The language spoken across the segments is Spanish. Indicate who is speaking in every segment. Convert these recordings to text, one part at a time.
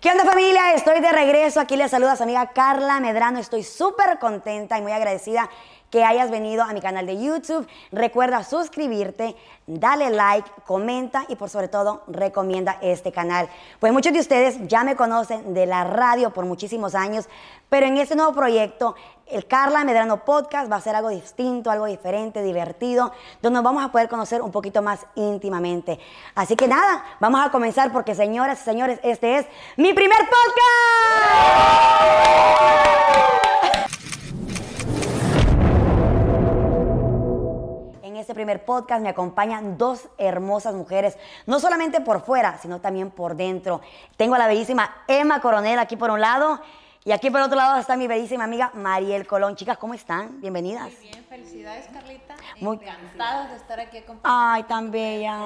Speaker 1: ¿Qué onda familia? Estoy de regreso. Aquí les saluda su amiga Carla Medrano. Estoy súper contenta y muy agradecida que hayas venido a mi canal de YouTube. Recuerda suscribirte, dale like, comenta y por sobre todo recomienda este canal. Pues muchos de ustedes ya me conocen de la radio por muchísimos años, pero en este nuevo proyecto, el Carla Medrano Podcast va a ser algo distinto, algo diferente, divertido, donde nos vamos a poder conocer un poquito más íntimamente. Así que nada, vamos a comenzar porque señoras y señores, este es mi primer podcast. En este primer podcast me acompañan dos hermosas mujeres, no solamente por fuera, sino también por dentro. Tengo a la bellísima Emma Coronel aquí por un lado y aquí por otro lado está mi bellísima amiga Mariel Colón. Chicas, ¿cómo están? Bienvenidas.
Speaker 2: Muy bien, felicidades Carlita.
Speaker 1: Muy- Ah.
Speaker 2: Encantados de estar aquí acompañados.
Speaker 1: Ay, tan bella.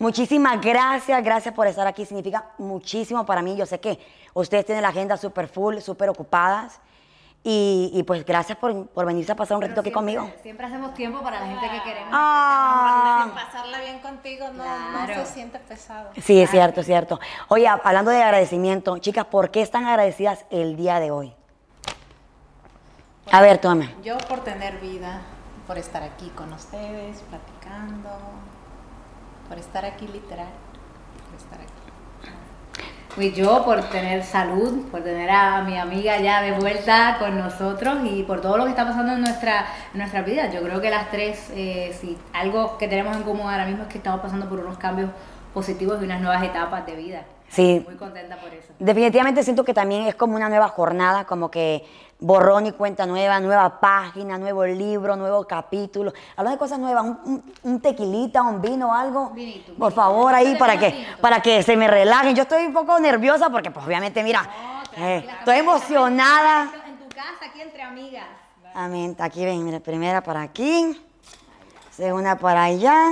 Speaker 1: Muchísimas gracias, gracias por estar aquí. Significa muchísimo para mí. Yo sé que ustedes tienen la agenda súper full, súper ocupadas. Y, y pues gracias por, por venirse a pasar un ratito aquí conmigo.
Speaker 3: Siempre hacemos tiempo para la gente que queremos.
Speaker 1: Ah.
Speaker 2: Pasarla bien contigo no, no
Speaker 3: Claro.
Speaker 2: se siente pesado.
Speaker 1: Sí, es cierto, es cierto. Oye, a- hablando de agradecimiento, chicas, ¿por qué están agradecidas el día de hoy? A ver, toma.
Speaker 2: Yo por tener vida, por estar aquí con ustedes, platicando, por estar aquí literal, por estar aquí.
Speaker 3: Fui yo por tener salud, por tener a mi amiga ya de vuelta con nosotros y por todo lo que está pasando en nuestra, en nuestra vida. Yo creo que las tres, eh, si algo que tenemos en común ahora mismo es que estamos pasando por unos cambios positivos y unas nuevas etapas de vida.
Speaker 1: Sí,
Speaker 3: Muy contenta por eso.
Speaker 1: definitivamente siento que también es como una nueva jornada, como que borrón y cuenta nueva, nueva página, nuevo libro, nuevo capítulo. Hablando de cosas nuevas, un, un- un tequilita, un vino, algo.
Speaker 3: Vinito,
Speaker 1: Por
Speaker 3: vinito.
Speaker 1: favor, ahí
Speaker 3: Tenemos
Speaker 1: para que,
Speaker 3: vinito.
Speaker 1: para que se me relajen. Yo estoy un poco nerviosa porque, pues, obviamente, mira, eh, estoy emocionada.
Speaker 3: En tu casa, aquí entre amigas.
Speaker 1: Amén. Aquí ven, mira, primera para aquí, segunda para allá.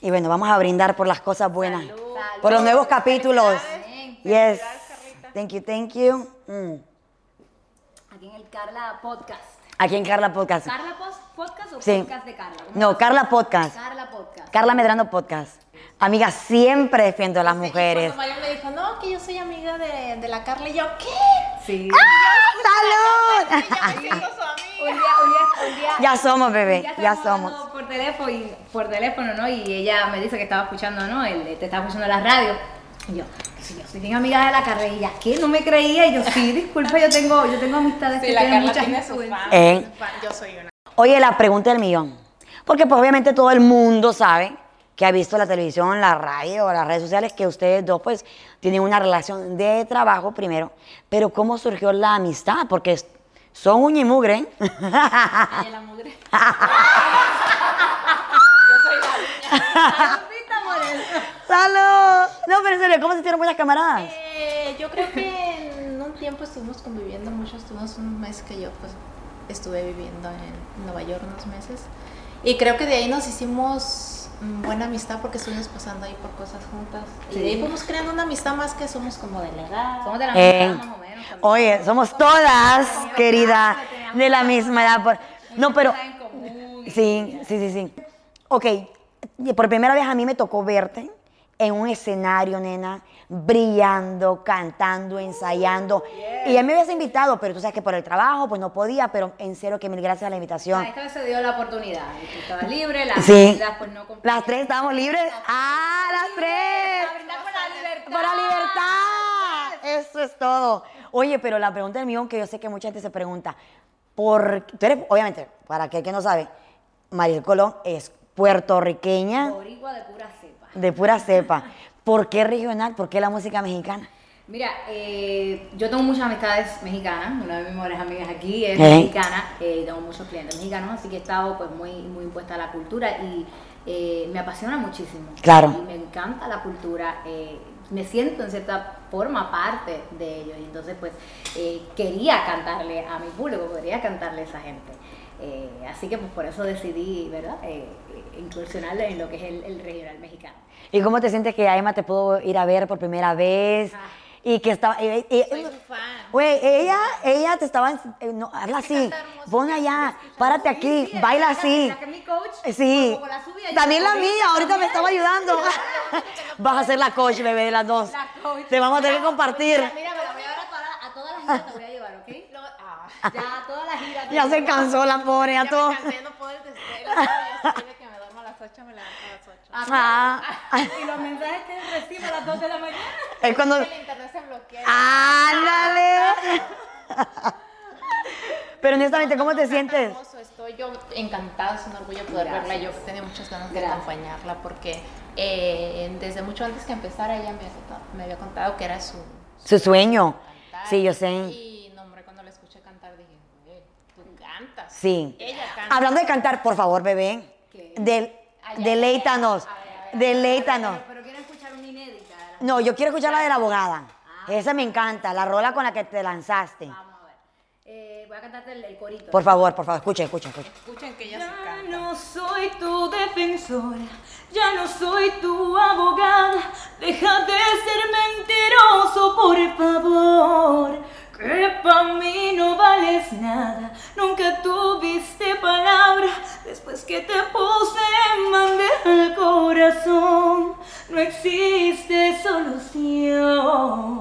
Speaker 1: Y bueno, vamos a brindar por las cosas buenas, por los nuevos capítulos. Yes. Thank you, thank you. Mm.
Speaker 3: Aquí en el Carla Podcast.
Speaker 1: Aquí en Carla Podcast.
Speaker 3: ¿Carla Pos- Podcast o
Speaker 1: Sí.
Speaker 3: Podcast de Carla? ¿Cómo
Speaker 1: No, Carla Podcast.
Speaker 3: Carla Podcast.
Speaker 1: Carla Medrano Podcast. Amiga, siempre defiendo a las mujeres.
Speaker 2: Y cuando Mario me dijo, no, que yo soy amiga de, de la Carla, y yo, ¿qué?
Speaker 3: Sí.
Speaker 1: ¡Ah, ¡Salud!
Speaker 2: Y yo me siento su amiga.
Speaker 3: Un día, un día, un día.
Speaker 1: Ya somos, bebé,
Speaker 3: estábamos
Speaker 1: ya somos.
Speaker 3: hablando Por teléfono, y, por teléfono, ¿no? Y ella me dice que estaba escuchando, ¿no? El, te estaba escuchando la radio. Y yo, que si yo soy bien amiga de la Carla. Y ella, ¿qué? No me creía. Y yo, sí, disculpa, yo tengo, yo tengo amistades
Speaker 2: Sí,
Speaker 3: que
Speaker 2: la
Speaker 3: tienen
Speaker 2: Carla
Speaker 3: mucha
Speaker 2: tiene sus
Speaker 3: influencia.
Speaker 2: fans.
Speaker 1: Eh.
Speaker 2: sus fans. Yo soy una.
Speaker 1: Oye, la pregunta del millón. Porque pues obviamente todo el mundo sabe que ha visto la televisión, la radio, las redes sociales, que ustedes dos pues tienen una relación de trabajo primero. Pero ¿cómo surgió la amistad? Porque es- son uña y mugre. ¿eh?
Speaker 2: Ay, la mugre. yo soy la niña.
Speaker 3: Saludita, Morel.
Speaker 1: ¡Salud! No, pero en serio, ¿cómo se hicieron buenas camaradas?
Speaker 2: Eh, yo creo que en un tiempo estuvimos conviviendo mucho, estuvimos un mes que yo pues estuve viviendo en Nueva York unos meses y creo que de ahí nos hicimos mm, buena amistad porque estuvimos pasando ahí por cosas juntas y de ahí fuimos creando una amistad más que somos como de la edad.
Speaker 3: Somos de la
Speaker 1: Eh.
Speaker 3: misma edad, más o menos. también.
Speaker 1: Oye, somos todas, querida, de la misma edad. por- No, pero...
Speaker 3: Cosas en común.
Speaker 1: Sí, sí, sí, sí. Ok, y por primera vez a mí me tocó verte en un escenario, nena, brillando, cantando, ensayando. Y ya me habías invitado, pero tú sabes que por el trabajo, pues no podía, pero en serio que mil gracias a la
Speaker 3: Ah,
Speaker 1: invitación.
Speaker 3: Esta vez se dio la oportunidad. Tú estabas libre, las
Speaker 1: Sí.
Speaker 3: vidas, pues no comp-
Speaker 1: Las tres estábamos libres. Ah, las
Speaker 3: A
Speaker 1: tres.
Speaker 3: brindar por la libertad.
Speaker 1: Por la libertad. Eso es todo. Oye, pero la pregunta del millón que yo sé que mucha gente se pregunta, por tú eres, obviamente, para aquel que no sabe, Mariel Colón es puertorriqueña.
Speaker 3: Boricua de pura cepa.
Speaker 1: de pura cepa. ¿Por qué regional? ¿Por qué la música mexicana?
Speaker 3: Mira, eh, yo tengo muchas amistades mexicanas, una de mis mejores amigas aquí es
Speaker 1: Ok.
Speaker 3: mexicana, eh, y tengo muchos clientes mexicanos, así que he estado pues muy, muy impuesta a la cultura y eh, me apasiona muchísimo.
Speaker 1: Claro.
Speaker 3: Y me encanta la cultura, eh, me siento en cierta forma parte de ellos, y entonces pues eh, quería cantarle a mi público, quería cantarle a esa gente. Eh, así que pues por eso decidí, ¿verdad?, eh, eh, incursionar en lo que es el- el regional mexicano.
Speaker 1: ¿Y cómo te sientes que Emma te pudo ir a ver por primera vez?
Speaker 3: Ah.
Speaker 1: y que estaba... y- y-
Speaker 2: Soy su fan.
Speaker 1: eh, Güey, ella, ella te estaba... eh, no, habla así,
Speaker 2: está hermosa,
Speaker 1: pon
Speaker 2: ya
Speaker 1: allá,
Speaker 2: escuchas.
Speaker 1: párate aquí, baila así. Sí, también la mía, ahorita me estaba ayudando. Vas a ser la coach, bebé, de las dos.
Speaker 3: La coach.
Speaker 1: Te vamos a tener que
Speaker 3: Mira,
Speaker 1: compartir.
Speaker 3: Mira, mira, me la voy a llevar a toda la- a todas las giras, te voy a llevar, ¿ok?
Speaker 2: Luego, ah,
Speaker 3: Ya, a todas las giras.
Speaker 1: Ya se cansó la pobre,
Speaker 2: ya
Speaker 1: a
Speaker 2: me
Speaker 1: todo.
Speaker 2: cansé, no puedo desde ya estoy de que me duermo a las 8, me levanto a las 8.
Speaker 3: A todas.
Speaker 1: Ah.
Speaker 3: Y los mensajes que recibo a las 2 de la mañana.
Speaker 1: Es cuando...
Speaker 2: El internet se bloquea.
Speaker 1: Ah, ¡Ándale! Pero honestamente, ¿cómo te
Speaker 2: Está
Speaker 1: sientes?
Speaker 2: hermoso, Estoy yo encantada, es un orgullo poder
Speaker 3: Gracias.
Speaker 2: verla. Yo tenía muchas ganas de
Speaker 3: Gracias.
Speaker 2: acompañarla porque eh, desde mucho antes que empezara ella me había contado, me había contado que era su,
Speaker 1: Su sueño.
Speaker 2: cantar.
Speaker 1: Sí, yo sé.
Speaker 2: Y no, hombre, cuando la escuché cantar dije, "Güey, tú cantas.
Speaker 1: Sí.
Speaker 2: Ella canta.
Speaker 1: Hablando de cantar, por favor, bebé.
Speaker 3: ¿Qué?
Speaker 1: Del,
Speaker 2: Ay, ay,
Speaker 1: deleítanos.
Speaker 2: ay, ay, ay, ay.
Speaker 1: Deleítanos.
Speaker 3: Pero, pero quiero escuchar una inédita. de las-
Speaker 1: No, yo quiero escuchar la de la abogada.
Speaker 3: Ah.
Speaker 1: Esa me encanta, la rola con la que te lanzaste.
Speaker 3: Vamos a ver. Eh, voy a cantarte el, el corito.
Speaker 1: Por favor, por favor, escuchen, escuchen, escuchen.
Speaker 2: Escuchen que ella se
Speaker 4: Ya
Speaker 2: canta.
Speaker 4: no soy tu defensora, ya no soy tu abogada. Deja de ser mentiroso, por favor. Que para mí no vales nada, nunca tuviste palabra. Después que te puse, mandé al corazón. No existe solución.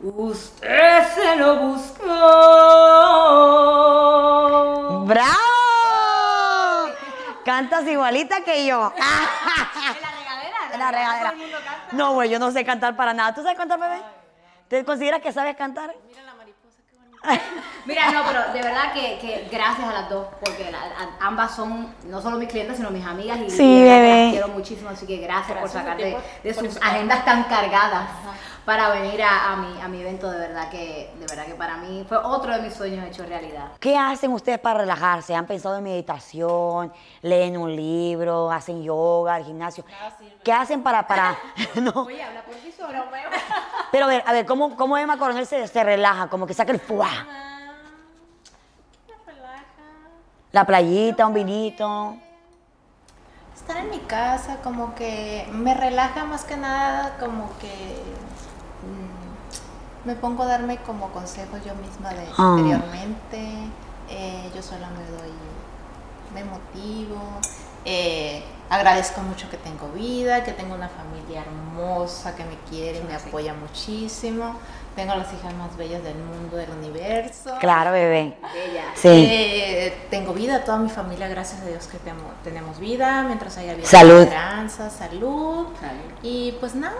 Speaker 4: Usted se lo buscó.
Speaker 1: ¡Bravo! Cantas igualita que yo.
Speaker 3: En la regadera.
Speaker 1: En la regadera.
Speaker 3: Todo el mundo canta.
Speaker 1: No, güey, yo no sé cantar para nada. ¿Tú sabes cantar, bebé? ¿Te consideras que sabes cantar?
Speaker 2: Mira la mariposa, qué bonita.
Speaker 3: Mira, no, pero de verdad que, que gracias a las dos, porque la- a- ambas son no solo mis clientes, sino mis amigas y,
Speaker 1: Sí,
Speaker 3: y de verdad
Speaker 1: bebé.
Speaker 3: las quiero muchísimo, así que gracias, por
Speaker 2: Gracias a
Speaker 3: sacar
Speaker 2: ti
Speaker 3: de,
Speaker 2: por-
Speaker 3: de
Speaker 2: por
Speaker 3: sus
Speaker 2: estar.
Speaker 3: agendas tan cargadas para venir a, a mi, a mi evento, de verdad que de verdad que para mí fue otro de mis sueños hecho realidad.
Speaker 1: ¿Qué hacen ustedes para relajarse? ¿Han pensado en meditación? ¿Leen un libro? ¿Hacen yoga, el gimnasio?
Speaker 2: Nada sirve.
Speaker 1: ¿Qué hacen para, para, no?
Speaker 3: Oye, habla por ti solo,
Speaker 1: Pero a ver, a ver, ¿cómo, cómo Emma Coronel se, se relaja? Como que saca el fuá.
Speaker 2: Ah, Me relaja.
Speaker 1: La playita, un vinito.
Speaker 2: Estar en mi casa como que me relaja más que nada, como que mm, me pongo a darme como consejos yo misma de
Speaker 1: Ah.
Speaker 2: interiormente, eh, yo sola me doy, me motivo, eh, agradezco mucho que tengo vida, que tengo una familia hermosa que me quiere, y me apoya muchísimo, tengo las hijas más bellas del mundo, del universo.
Speaker 1: Claro, bebé.
Speaker 3: Ella.
Speaker 1: Sí.
Speaker 2: Eh, tengo vida, toda mi familia, gracias a Dios que temo- tenemos vida, mientras haya vida,
Speaker 1: Salud.
Speaker 2: esperanza, salud. Y pues nada,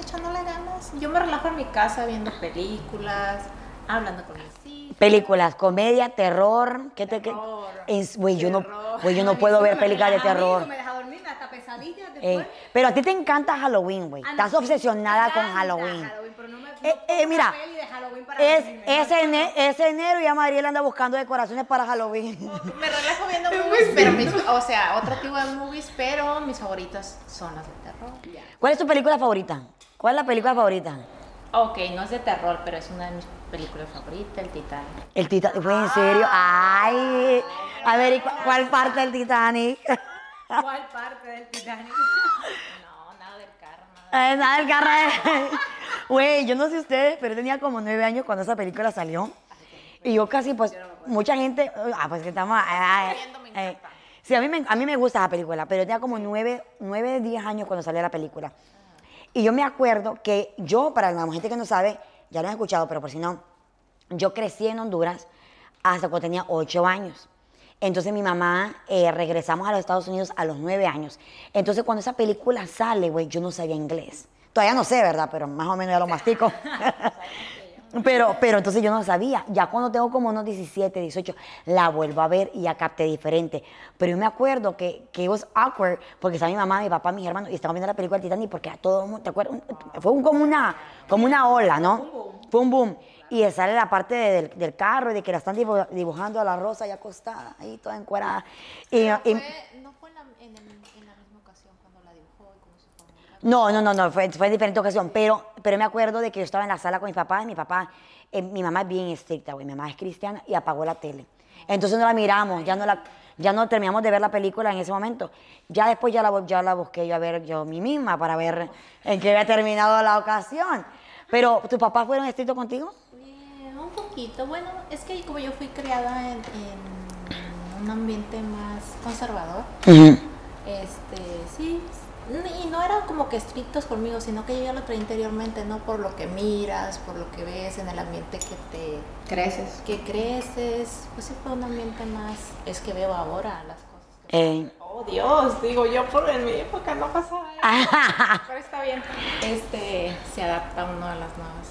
Speaker 2: echándole ganas. Yo me relajo en mi casa viendo películas, hablando con mis hijos.
Speaker 1: Películas, comedia, terror. ¿Qué te qué?
Speaker 2: Terror.
Speaker 1: Es- Güey, yo no,
Speaker 2: Terror.
Speaker 1: güey, yo no puedo ver películas de terror.
Speaker 3: Me deja dormir, hasta pesadillas después.
Speaker 1: Ey, Eh, pero a ti te encanta Halloween, güey.
Speaker 3: Ah, no,
Speaker 1: Estás
Speaker 3: sí,
Speaker 1: obsesionada
Speaker 3: me
Speaker 1: con
Speaker 3: encanta
Speaker 1: Halloween.
Speaker 3: pero no me- no
Speaker 1: Eh, eh,
Speaker 3: pongo
Speaker 1: mira,
Speaker 3: una peli de Halloween para
Speaker 1: Es,
Speaker 3: dormirme, ¿no?
Speaker 1: es, ene- es enero y a Mariela anda buscando decoraciones para Halloween.
Speaker 2: Me relajo viendo movies, pero mis, o sea, otro tipo de movies, pero mis favoritas son las de terror.
Speaker 1: ¿Cuál es tu película favorita? ¿Cuál es la película favorita?
Speaker 2: Ok, no es de terror, pero es una de mis películas favoritas, El Titán.
Speaker 1: El Titanic. ¿En serio?
Speaker 3: Ah.
Speaker 1: Ay. A ver, ¿y cu- ¿cuál parte del Titanic?
Speaker 3: ¿Cuál parte del Titanic?
Speaker 2: No, nada del carro, nada.
Speaker 1: Eh, Nada del carro. Güey, yo no sé ustedes, pero yo tenía como nueve años cuando esa película salió. Y yo casi, pues, mucha gente. Ah, pues que estamos. ah,
Speaker 2: Viendo, me
Speaker 1: eh,
Speaker 2: encanta.
Speaker 1: Sí, a mí, me, a mí me gusta esa película, pero yo tenía como nueve, nueve, diez años cuando salió la película. Y yo me acuerdo que yo, para la gente que no sabe, ya lo han escuchado, pero por si no, yo crecí en Honduras hasta cuando tenía ocho años. Entonces mi mamá eh, regresamos a los Estados Unidos a los nueve años. Entonces cuando esa película sale, güey, yo no sabía inglés. Todavía no sé, ¿verdad? Pero más o menos ya lo mastico. Pero, pero entonces yo no sabía. Ya cuando tengo como unos 17, 18, la vuelvo a ver y ya capté diferente. Pero yo me acuerdo que, que it was awkward porque estaba mi mamá, mi papá, mis hermanos y estaban viendo la película del Titanic porque a todo el mundo, ¿te acuerdas? Un- Fue un- como, una, como una ola, ¿no? Fue un boom. Y sale la parte de- del, del carro y de que la están dibu- dibujando a la rosa ya acostada, ahí toda encuerada. Y,
Speaker 2: Pero
Speaker 1: y-
Speaker 2: fue- Eh, no fue en la, en el- en la misma ocasión cuando la dibujó y como su familia.
Speaker 1: No, no, no, no, fue, fue en diferente ocasión, pero, pero me acuerdo de que yo estaba en la sala con mi papá y mi papá, eh, mi mamá es bien estricta, güey, mi mamá es cristiana y apagó la tele. Entonces no la miramos, ya no la, ya no terminamos de ver la película en ese momento. Ya después ya la, bu- ya la busqué yo a ver yo mí misma para ver en qué había terminado la ocasión. Pero, ¿tus papás fueron estrictos contigo?
Speaker 2: Eh, un poquito, bueno, es que como yo fui criada en, en un ambiente más conservador, este, sí, n- y no eran como que estrictos conmigo, sino que yo ya lo traía interiormente, ¿no? Por lo que miras, por lo que ves en el ambiente que te
Speaker 3: Creces.
Speaker 2: que creces, pues sí fue un ambiente más, es que veo ahora las cosas. que-
Speaker 1: Eh.
Speaker 2: Oh Dios, digo yo por en mi época no pasaba eso, pero está bien. Este se adapta uno a las nuevas.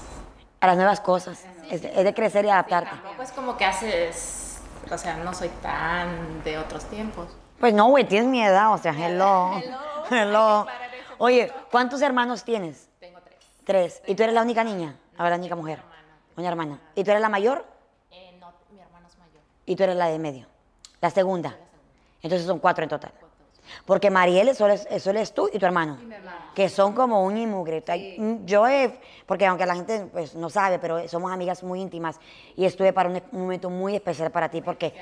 Speaker 1: a las nuevas cosas. Es, es de crecer y adaptarte.
Speaker 2: Tampoco es pues, como que haces, o sea, no soy tan de otros tiempos.
Speaker 1: Pues no, güey, tienes mi edad, o sea, hello.
Speaker 2: Hello.
Speaker 1: Hello.
Speaker 2: Hay que aclarar ese
Speaker 1: Oye, ¿cuántos hermanos tienes?
Speaker 2: Tengo tres.
Speaker 1: Tres. ¿Y tú eres la única niña? Ahora la única mujer. Una hermana. ¿Y tú eres la mayor?
Speaker 2: Eh, no, mi hermano es mayor.
Speaker 1: Y tú eres la de medio. La segunda. Entonces son cuatro en total. Porque Mariel, solo es, solo es tú y tu hermano. Que son como un inmugre. Yo, he- porque aunque la gente pues, no sabe, pero somos amigas muy íntimas. Y estuve para un, un momento muy especial para ti, porque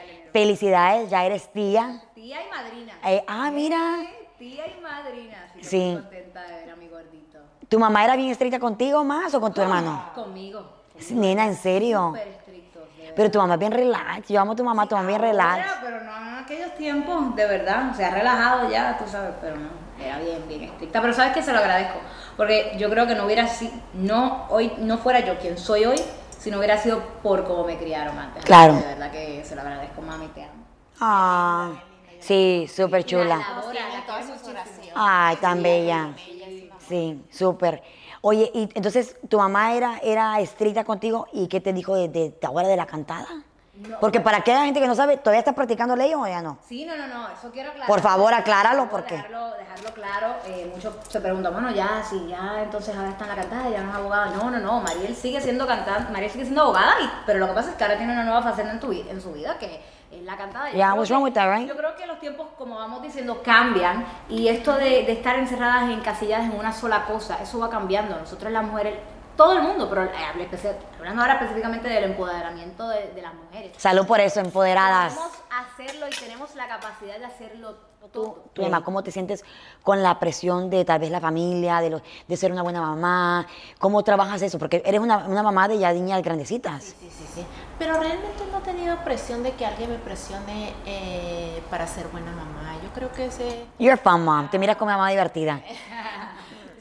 Speaker 1: felicidades, ya eres tía.
Speaker 3: Tía y madrina.
Speaker 1: Eh, ah, mira.
Speaker 3: Tía y madrina. Así que
Speaker 1: Sí.
Speaker 3: estoy contenta de ver a mi gordito.
Speaker 1: ¿Tu mamá era bien estricta contigo más o con tu hermano?
Speaker 3: Conmigo.
Speaker 1: Sí, Nena, en serio.
Speaker 3: Súper estricto. de verdad.
Speaker 1: Pero tu mamá es bien relax. Yo amo a tu mamá, tu mamá es bien relax.
Speaker 3: Ahora, Pero no en aquellos tiempos, de verdad. Se ha relajado ya, tú sabes, pero no. Era bien, bien estricta. Pero sabes que se lo agradezco. Porque yo creo que no hubiera sido, no, hoy, no fuera yo quien soy hoy, si no hubiera sido por cómo me criaron antes.
Speaker 1: Claro.
Speaker 3: De verdad que se lo agradezco, mami, te amo.
Speaker 1: Ah, sí, súper chula.
Speaker 3: Ahora,
Speaker 2: Tienen
Speaker 3: la
Speaker 2: todas
Speaker 3: quiero
Speaker 2: sus oraciones.
Speaker 1: Ay, tan bella. Sí, súper. Oye, y entonces tu mamá era, era estricta contigo y qué te dijo de, de, de ahora de la cantada? Porque para aquella gente que no sabe, ¿todavía estás practicando ley o ya no?
Speaker 3: Sí, no, no, no, eso quiero aclarar.
Speaker 1: Por favor, acláralo,
Speaker 3: Por favor,
Speaker 1: porque-
Speaker 3: Dejarlo, dejarlo claro. eh, muchos se preguntan, bueno, ya, si ya, entonces ahora está en la cantada, ya no es abogada. No, no, no, Mariel sigue siendo cantante, Mariel sigue siendo abogada, y- pero lo que pasa es que ahora tiene una nueva faceta en, tu, vi- en su vida que es la cantada. Yo
Speaker 1: Yeah,
Speaker 3: creo
Speaker 1: what's
Speaker 3: que-
Speaker 1: wrong with that, right?
Speaker 3: Yo creo que los tiempos, como vamos diciendo, cambian y esto de, de estar encerradas, encasilladas en una sola cosa, eso va cambiando. Nosotros las mujeres, todo el mundo, pero eh, hablé especi- hablando ahora específicamente del empoderamiento de- de las mujeres.
Speaker 1: Salud por eso, empoderadas.
Speaker 3: Podemos hacerlo y tenemos la capacidad de hacerlo todo.
Speaker 1: Tú, mamá, ¿cómo te sientes con la presión de tal vez la familia, de, lo- de ser una buena mamá? ¿Cómo trabajas eso? Porque eres una, una mamá de ya niñas grandecitas.
Speaker 2: Sí, sí, sí. Pero realmente no he tenido presión de que alguien me presione eh, para ser buena mamá. Yo creo que ese...
Speaker 1: You're a fun mom, te miras como una mamá divertida.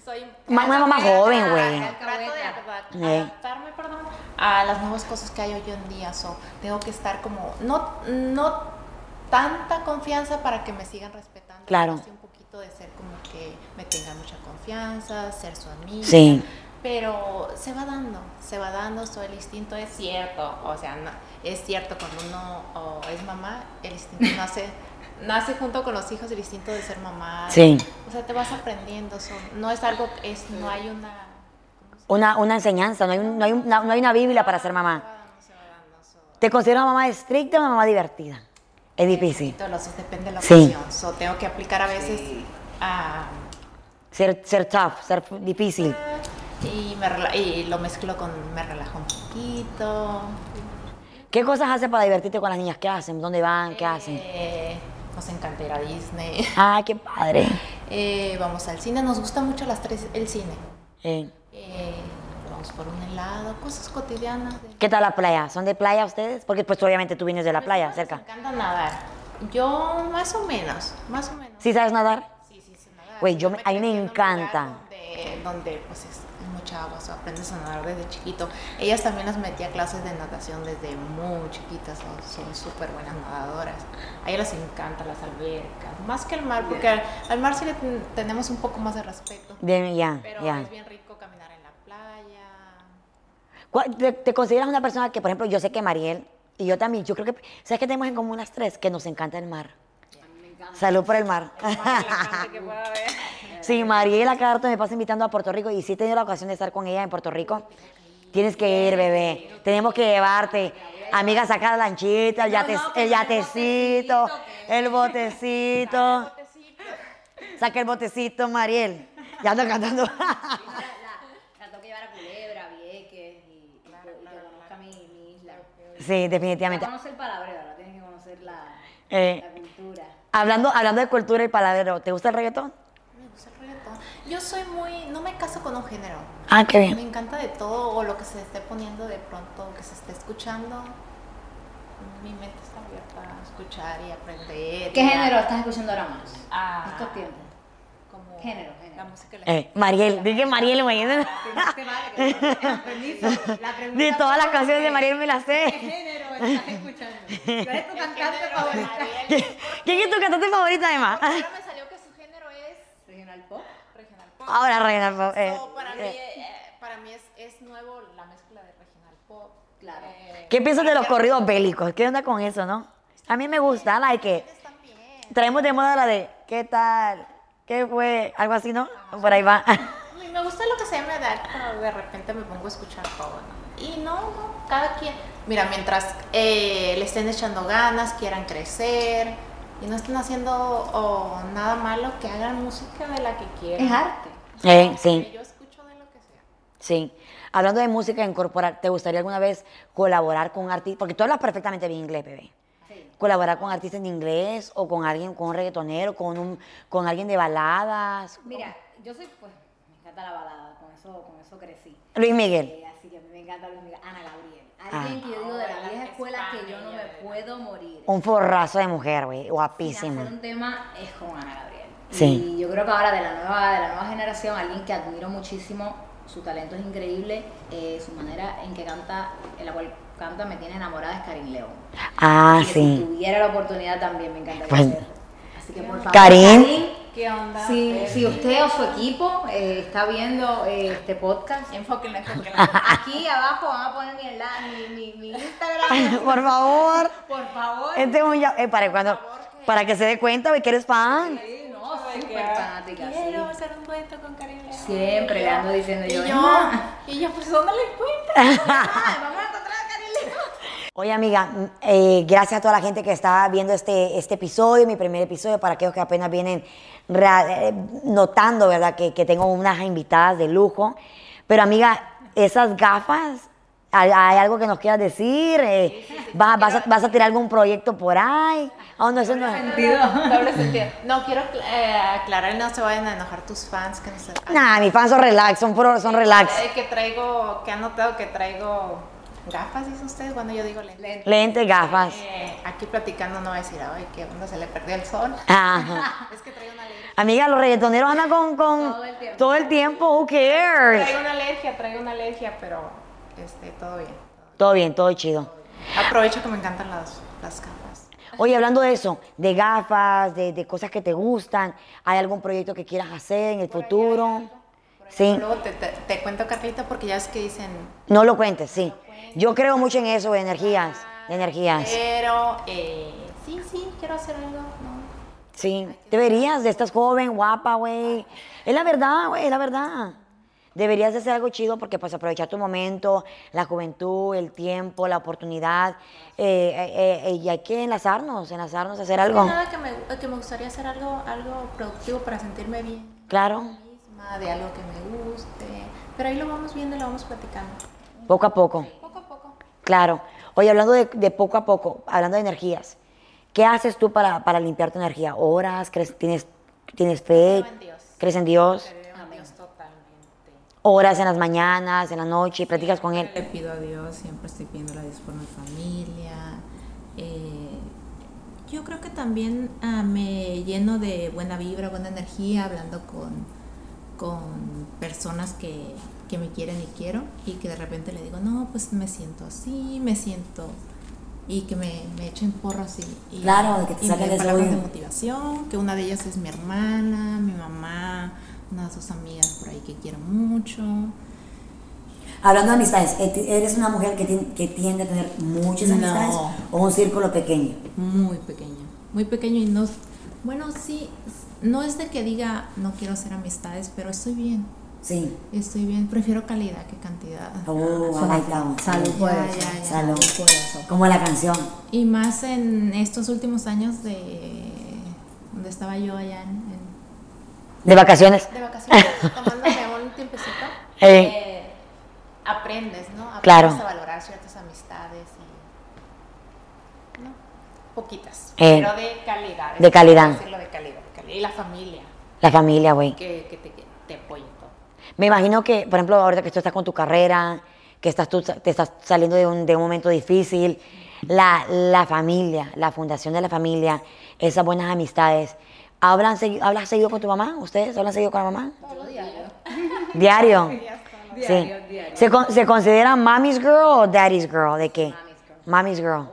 Speaker 2: Soy
Speaker 1: Ma- una mamá joven, güey.
Speaker 2: Trato de adap-
Speaker 1: Eh.
Speaker 2: adaptarme, perdón, a las nuevas cosas que hay hoy en día. So, tengo que estar como, no, no tanta confianza para que me sigan respetando.
Speaker 1: Claro.
Speaker 2: pero sí un poquito de ser como que me tenga mucha confianza, ser su amiga.
Speaker 1: Sí.
Speaker 2: Pero se va dando, se va dando, so, el instinto es cierto, o sea, no- es cierto cuando uno oh, es mamá, el instinto nace, nace junto con los hijos, el instinto de ser mamá.
Speaker 1: Sí.
Speaker 2: O sea, te vas aprendiendo, so, no es algo, es, no hay una... ¿cómo se
Speaker 1: Una, una enseñanza, no hay, un- no, hay una, no hay una Biblia para ser
Speaker 2: va
Speaker 1: mamá.
Speaker 2: dando? Se va dando, so.
Speaker 1: ¿Te considero una mamá estricta o una mamá divertida? Es difícil.
Speaker 2: Poquito de los dos, depende de la
Speaker 1: pues Sí.
Speaker 2: ocasión, so, tengo que aplicar a veces ah, a...
Speaker 1: Ser, ser tough, ser f- difícil.
Speaker 2: Y, me rela- y lo mezclo con, me relajo un poquito.
Speaker 1: ¿Qué cosas haces para divertirte con las niñas? ¿Qué hacen? ¿Dónde van? ¿Qué hacen?
Speaker 2: Eh, nos encanta ir a Disney.
Speaker 1: Ah, qué padre.
Speaker 2: Eh, vamos al cine, nos gusta mucho las tres el cine.
Speaker 1: Eh,
Speaker 2: Eh, vamos por un helado, cosas cotidianas. de-
Speaker 1: ¿Qué tal la playa? ¿Son de playa ustedes? Porque pues obviamente tú vienes de la playa,
Speaker 2: Nos
Speaker 1: cerca.
Speaker 2: Pues, encanta nadar. Yo más o menos, más o menos.
Speaker 1: ¿Sí sabes nadar?
Speaker 2: sí, sí, sé nadar.
Speaker 1: Güey, yo me- a mí me
Speaker 2: crecí en un
Speaker 1: encanta.
Speaker 2: lugar Donde, donde, pues es mucha agua, o sea, aprendes a nadar desde chiquito. Ellas también nos metía clases de natación desde muy chiquitas, o son súper buenas nadadoras. A ellas les encantan las albercas, más que el mar, porque al, al mar sí le ten- tenemos un poco más de respeto.
Speaker 1: Bien, ya,
Speaker 2: Pero
Speaker 1: ya.
Speaker 2: es bien rico caminar en la playa.
Speaker 1: ¿Cuál- ¿Te, te consideras una persona que, por ejemplo, yo sé que Mariel y yo también, yo creo que, ¿sabes qué tenemos en común las tres? Que nos encanta el mar. Salud por el mar. sí, Mariel a cada rato me pasa invitando a Puerto Rico y sí he tenido la ocasión de estar con ella en Puerto Rico. Tienes que ir, bebé. Tenemos que llevarte. Amiga, saca la lanchita, el, yate- el yatecito, el botecito. Saca el botecito, Mariel. Ya ando cantando.
Speaker 3: La, la- la tengo que llevar a Culebra, Vieques y, y que- y que conozca mi, mi isla.
Speaker 1: Sí,
Speaker 3: Para
Speaker 1: definitivamente.
Speaker 3: conocer el palabreo, ahora tienes que conocer la,
Speaker 1: Eh,
Speaker 3: la cultura. cultura.
Speaker 1: Hablando, hablando de cultura y paladero, ¿te gusta el reggaetón?
Speaker 2: Me gusta el reggaetón. Yo soy muy. No me caso con un género.
Speaker 1: Ah, qué
Speaker 2: Me encanta de todo o lo que se esté poniendo de pronto, que se esté escuchando. Mi mente está abierta a escuchar y aprender.
Speaker 1: Ah.
Speaker 3: ¿Qué
Speaker 2: y a-
Speaker 3: género estás escuchando ahora más?
Speaker 4: Ah.
Speaker 3: Estos tiempos.
Speaker 2: Como
Speaker 3: Género, género.
Speaker 2: La música
Speaker 1: Eh, Mariel, dije Mariel, imagínate.
Speaker 3: Este vale, que no te- permiso. La pregunta
Speaker 1: De todas las
Speaker 3: fue,
Speaker 1: canciones de
Speaker 3: ¿qué-
Speaker 1: Mariel me las sé.
Speaker 3: ¿Qué género estás escuchando? ¿Cuál es tu
Speaker 2: El
Speaker 3: cantante
Speaker 2: género de
Speaker 3: favorito?
Speaker 2: Mariel.
Speaker 1: ¿Quién es tu cantante favorita además?
Speaker 2: Ahora me salió que su género es
Speaker 3: Regional pop.
Speaker 2: regional pop.
Speaker 1: Ahora reina. por- eh,
Speaker 2: So, para, mí,
Speaker 1: eh.
Speaker 2: eh, para mí es, es nuevo la mezcla de regional pop.
Speaker 3: Claro.
Speaker 2: eh,
Speaker 1: ¿Qué piensas de los
Speaker 2: cualquier-
Speaker 1: corridos bélicos? ¿Qué onda con eso, no? A mí me gusta, la de que
Speaker 2: Están bien.
Speaker 1: traemos de moda la de ¿qué tal? ¿Qué fue? Algo así, ¿no? Por ahí va.
Speaker 2: A mí me gusta lo que se me da, pero de repente me pongo a escuchar todo. ¿no? Y no, no, cada quien. Mira, mientras eh, le estén echando ganas, quieran crecer y no estén haciendo oh, nada malo, que hagan música de la que quieran.
Speaker 3: Es arte.
Speaker 1: Eh, sí,
Speaker 2: Yo escucho de lo que sea.
Speaker 1: sí. Hablando de música incorporar, ¿te gustaría alguna vez colaborar con artistas? Porque tú hablas perfectamente bien inglés, bebé.
Speaker 3: Sí.
Speaker 1: Colaborar con artistas en inglés o con alguien, con un reggaetonero, con, un, con alguien de baladas.
Speaker 3: Mira, yo soy, pues, me encanta la balada, con eso, con eso crecí.
Speaker 1: Luis Miguel. Ah.
Speaker 3: Eh, así que a mí me encanta Luis Miguel. Ana Gabriel. Alguien que yo digo de la
Speaker 2: Hola,
Speaker 3: vieja escuela que yo no me
Speaker 2: España.
Speaker 3: puedo morir.
Speaker 1: Un forrazo de mujer, güey.
Speaker 3: Sin hacer
Speaker 1: Guapísima.
Speaker 3: un tema es con Ana Gabriel.
Speaker 1: Sí.
Speaker 3: Y yo creo que ahora de la nueva, de la nueva generación, alguien que admiro muchísimo, su talento es increíble, eh, su manera en que canta, en la cual canta me tiene enamorada es Karin León.
Speaker 1: Ah,
Speaker 3: Y que Si
Speaker 1: sí.
Speaker 3: tuviera la oportunidad también me encantaría
Speaker 1: Pues-
Speaker 3: hacerlo. Así que por favor,
Speaker 1: Karin.
Speaker 2: ¿Qué onda?
Speaker 3: si, si usted o su equipo eh, está viendo eh, este podcast,
Speaker 2: Enfóquenla, enfóquenla.
Speaker 3: aquí abajo van a poner mi, enla- mi, mi- mi Instagram.
Speaker 1: Por favor.
Speaker 3: Por favor.
Speaker 1: Este es un ya- eh, para cuando para que se dé cuenta güey, que eres fan.
Speaker 3: Sí, no, súper fanática. sí.
Speaker 2: Quiero hacer un dueto con Karim León.
Speaker 3: Siempre le ando diciendo
Speaker 2: Y
Speaker 3: yo.
Speaker 2: yo,
Speaker 3: "Emma,
Speaker 2: y yo, pues, ¿dónde la encuentro? Ah, Vamos a encontrar a Karim León.
Speaker 1: Oye amiga, mm, eh, gracias a toda la gente que está viendo este, este episodio, mi primer episodio, para aquellos que apenas vienen ra- eh, notando, ¿verdad? Que, que tengo unas invitadas de lujo. Pero amiga, esas gafas, ¿hay, hay algo que nos quieras decir? Eh, ¿vas, vas a, vas a tirar algún proyecto por ahí? Ah, no, eso no es-
Speaker 2: Doble sentido. No, quiero acla- eh, aclarar, no se vayan a enojar tus fans que no se...
Speaker 1: Nah, mis fans son relax, son, puro- son relax.
Speaker 2: Eh, que traigo, que han notado que traigo gafas, dice usted, cuando yo digo lentes.
Speaker 1: Lentes, gafas.
Speaker 2: Eh, aquí platicando no va a decir, ay, qué onda, se le perdió el sol.
Speaker 1: Ajá.
Speaker 2: Es que traigo una alergia.
Speaker 1: Amiga, los reggaetoneros andan con, con-
Speaker 3: Todo el tiempo.
Speaker 1: todo el tiempo, who cares?
Speaker 2: Traigo una alergia, traigo una alergia, pero este, todo bien.
Speaker 1: Todo bien, todo chido.
Speaker 2: Aprovecho que me encantan las, las gafas.
Speaker 1: Oye, hablando de eso, de gafas, de, de cosas que te gustan, ¿hay algún proyecto que quieras hacer en el futuro? Sí,
Speaker 2: Luego te, te- te cuento, Carlita, porque ya es que dicen,
Speaker 1: no lo cuentes, Ah, sí. Yo creo mucho en eso, de energías, de energías.
Speaker 2: pero eh, sí, sí, quiero hacer algo, ¿no?
Speaker 1: Sí, deberías, de estás joven, guapa, güey. Es la verdad, güey, es la verdad. Deberías de hacer algo chido porque pues aprovechar tu momento, la juventud, el tiempo, la oportunidad. eh, eh, eh, y hay que enlazarnos, enlazarnos, hacer
Speaker 2: Más
Speaker 1: algo.
Speaker 2: que nada que me, que me gustaría hacer algo, algo productivo para sentirme bien
Speaker 1: Claro,
Speaker 2: misma, de algo que me guste. Pero ahí lo vamos viendo y lo vamos platicando.
Speaker 1: poco a poco,
Speaker 2: Poco a poco.
Speaker 1: claro. Oye, hablando de, de poco a poco, hablando de energías, ¿qué haces tú para, para limpiar tu energía? ¿Horas? ¿Crees- tienes, ¿Tienes fe?
Speaker 2: Creo en Dios.
Speaker 1: ¿Crees en Dios?
Speaker 2: Creo en Dios Eh, totalmente.
Speaker 1: ¿Horas en las mañanas, en la noche? ¿Platicas con Él?
Speaker 2: Le pido a Dios, siempre estoy pidiéndole a Dios por mi familia. Ah, Eh, yo creo que también ah, me lleno de buena vibra, buena energía, hablando con, con personas que, que me quieren y quiero, y que de repente le digo, no, pues me siento así, me siento... Y que me, me echen porras y, y-
Speaker 1: Claro, que te
Speaker 2: y me
Speaker 1: saquen
Speaker 2: den
Speaker 1: de ese
Speaker 2: palabras de
Speaker 1: hoyo.
Speaker 2: motivación, que una de ellas es mi hermana, mi mamá, unas dos amigas por ahí que quiero mucho.
Speaker 1: Hablando de amistades, ¿eti- ¿eres una mujer que, tien- que tiende a tener muchas
Speaker 2: No.
Speaker 1: amistades o un círculo pequeño?
Speaker 2: muy pequeño, muy pequeño y no, bueno, sí, no es de que diga no quiero hacer amistades, pero estoy bien,
Speaker 1: Sí.
Speaker 2: estoy bien, prefiero calidad que cantidad.
Speaker 1: Oh, ahí estamos.
Speaker 3: Salud por
Speaker 2: Ya,
Speaker 3: eso.
Speaker 2: ya, ya.
Speaker 1: Salud.
Speaker 3: Salud por eso.
Speaker 1: Como la canción.
Speaker 2: Y más en estos últimos años de donde estaba yo allá en, en-
Speaker 1: De vacaciones.
Speaker 2: de vacaciones, tomándome un tiempecito,
Speaker 1: Eh.
Speaker 2: eh, aprendes, ¿no? Aprendes
Speaker 1: Claro.
Speaker 2: a valorar ciertas amistades y, ¿no? poquitas,
Speaker 1: Eh,
Speaker 2: pero de calidad.
Speaker 1: de calidad.
Speaker 2: decirlo, de calidad, de calidad. Y la familia
Speaker 1: La familia, güey.
Speaker 2: que, que te, que te apoye en todo.
Speaker 1: Me imagino que, por ejemplo, ahorita que tú estás con tu carrera, que estás tú, te estás saliendo de un, de un momento difícil, la, la familia, la fundación de la familia, esas buenas amistades. ¿Hablan, segui- ¿Hablas seguido con tu mamá? ¿Ustedes hablan seguido con la mamá? ¿Diario? Sí.
Speaker 3: Diario, diario.
Speaker 1: ¿Se, con- se considera mommy's girl o daddy's girl? ¿De qué? Mommy's girl.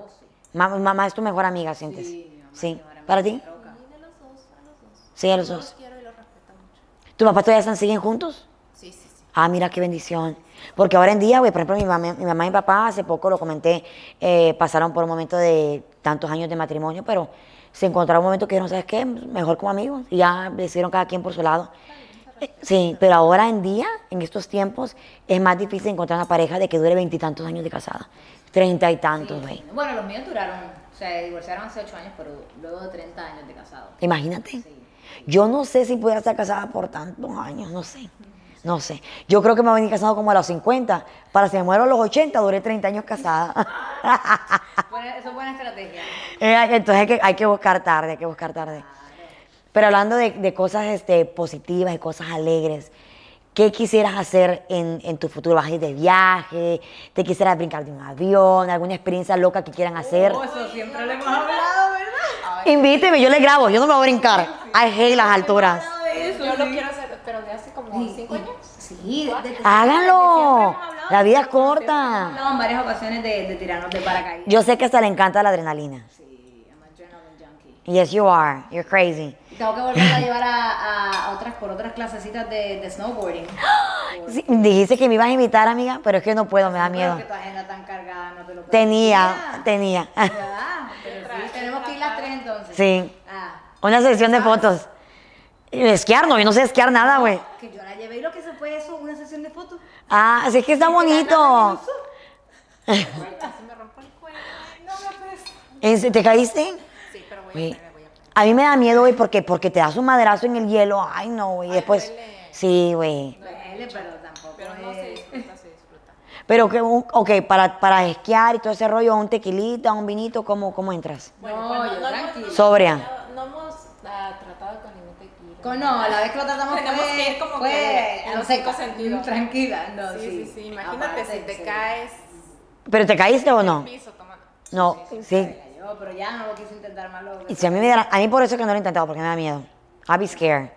Speaker 1: Ma- mamá es tu mejor amiga, sientes. Sí. ¿Para ti? Sí, a los dos. ¿Tu papá todavía están, siguen juntos?
Speaker 2: Sí, sí, sí.
Speaker 1: Ah, mira qué bendición. Porque ahora en día, güey, por ejemplo, mi mamá, mi mamá y mi papá, hace poco lo comenté, eh, pasaron por un momento de tantos años de matrimonio, pero se encontraron un momento que no sabes qué, mejor como amigos, y ya decidieron cada quien por su lado. Eh, Sí, pero ahora en día, en estos tiempos, es más difícil encontrar una pareja de que dure veintitantos años de casada. Treinta y tantos, güey.
Speaker 3: Bueno, los míos duraron, se divorciaron hace 8 años, pero luego de 30 años de casado.
Speaker 1: Imagínate. Yo no sé si pudiera estar casada por tantos años, no sé. No sé. Yo creo que me voy a venir casado como a los 50. Para si me muero a los 80, duré 30 años casada. Ah.
Speaker 3: Buena- eso es buena estrategia.
Speaker 1: Eh, Entonces hay que, hay que buscar tarde, hay que buscar tarde. Pero hablando de, de cosas este, positivas y cosas alegres, ¿qué quisieras hacer en, en tu futuro? ¿Vas a ir de viaje? ¿Te quisieras brincar de un avión? ¿Alguna experiencia loca que quieran hacer?
Speaker 3: Oh, eso siempre le hemos hablado, ¿verdad?
Speaker 1: Invíteme, yo le grabo, yo no me voy a brincar. Ay, hey, las alturas.
Speaker 2: Yo lo quiero hacer, pero de hace como cinco años.
Speaker 3: Sí, desde-
Speaker 1: Háganlo.
Speaker 3: hablado,
Speaker 1: La vida es
Speaker 3: hemos
Speaker 1: corta.
Speaker 3: hablado en varias ocasiones de, de tirarnos de paracaídas.
Speaker 1: Yo sé que hasta le encanta la adrenalina.
Speaker 3: Sí, I'm an adrenaline junkie.
Speaker 1: Yes, you are. You're crazy.
Speaker 3: Tengo que volver a llevar a, a- a otras por otras clasecitas de, de snowboarding.
Speaker 1: Sí, dijiste que me ibas a invitar, amiga, pero es que no puedo, me da
Speaker 3: Bueno,
Speaker 1: miedo.
Speaker 3: que tu agenda tan cargada, no te lo puedo
Speaker 1: Tenía, tenía.
Speaker 3: ¿Verdad? Pero sí, tenemos que ir las tres entonces.
Speaker 1: Sí.
Speaker 3: Ah,
Speaker 1: Una sesión de fotos. Y Esquiar, no, yo no sé esquiar nada, güey.
Speaker 3: que yo la llevé y lo que se fue eso, una sesión de fotos.
Speaker 1: Ah, así es que está bonito.
Speaker 2: Casi me rompo el cuello. No me puedes.
Speaker 1: ¿En se- ¿Te caíste?
Speaker 2: Sí, pero voy
Speaker 1: Güey,
Speaker 2: a aprender, voy a aprender.
Speaker 1: A mí me da miedo, güey, porque, porque te das un maderazo en el hielo. Ay, no, güey. Después.
Speaker 2: duele.
Speaker 1: Sí, güey.
Speaker 3: Duele, pero tampoco
Speaker 2: Pero no se
Speaker 3: es-
Speaker 2: disfruta, se disfruta.
Speaker 1: Pero que, un- ok, para, para esquiar y todo ese rollo, un tequilita, un vinito, ¿cómo, cómo entras?
Speaker 3: No, yo tranquila.
Speaker 1: Sobria.
Speaker 2: No, hemos ah, tratado con ningún tequila.
Speaker 3: Con- no, la vez que lo tratamos
Speaker 2: Tenemos
Speaker 3: fue,
Speaker 2: que ir como
Speaker 3: fue
Speaker 2: que en
Speaker 3: a
Speaker 2: los
Speaker 3: seco.
Speaker 2: cinco sentidos.
Speaker 3: Tranquila, no,
Speaker 2: sí,
Speaker 3: sí.
Speaker 2: sí, sí. Imagínate
Speaker 3: Aparte,
Speaker 2: si te
Speaker 3: sí.
Speaker 2: caes
Speaker 1: ¿Pero te caíste o no?
Speaker 2: piso tomando.
Speaker 1: No, sí.
Speaker 3: Me la llevo, pero ya no lo quise intentar más. Lo...
Speaker 1: Y si a mí me da, a mí por eso es que no lo he intentado, porque me da miedo. I'll be scared.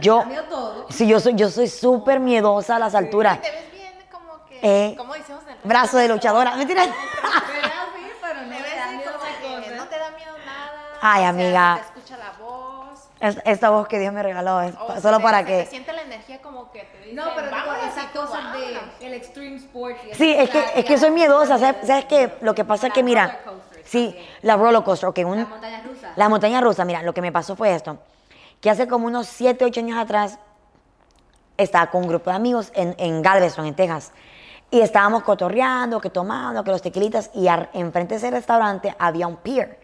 Speaker 1: Yo,
Speaker 3: Cambió todo.
Speaker 1: sí, yo soy, yo soy súper miedosa a las alturas.
Speaker 2: Te ves bien como que.
Speaker 1: Eh,
Speaker 2: como decimos en el
Speaker 1: Brazo de luchadora, mentira.
Speaker 3: Era así, pero no
Speaker 2: Te
Speaker 3: me
Speaker 2: ves
Speaker 3: da
Speaker 2: así
Speaker 3: miedo
Speaker 2: como
Speaker 3: esa
Speaker 2: que
Speaker 3: cosa.
Speaker 2: no te da miedo nada.
Speaker 1: Ay,
Speaker 2: o sea,
Speaker 1: amiga.
Speaker 2: se te escucha la voz.
Speaker 1: Es- esta voz que Dios me regaló es
Speaker 2: o
Speaker 1: pa-
Speaker 2: se
Speaker 1: solo
Speaker 2: te-
Speaker 1: para
Speaker 2: Oh, se te
Speaker 1: que.
Speaker 2: siente la energía como que te dice.
Speaker 3: No, pero digo, esas
Speaker 2: esas
Speaker 3: cosas de el extreme sport. y
Speaker 1: Sí,
Speaker 3: esas
Speaker 1: es que, es que
Speaker 3: playas,
Speaker 1: soy miedosa, ¿sabes, ¿sabes qué? Lo que pasa es que,
Speaker 3: La
Speaker 1: mira,
Speaker 3: roller coaster
Speaker 1: sí,
Speaker 3: también.
Speaker 1: la roller coaster, ok, un,
Speaker 3: Las montañas rusas.
Speaker 1: La montaña rusa, mira, lo que me pasó fue esto, que hace como unos 7, 8 años atrás estaba con un grupo de amigos en, en Galveston, en Texas, y estábamos cotorreando, que tomando, que los tequilitas, y ar- enfrente de ese restaurante había un pier,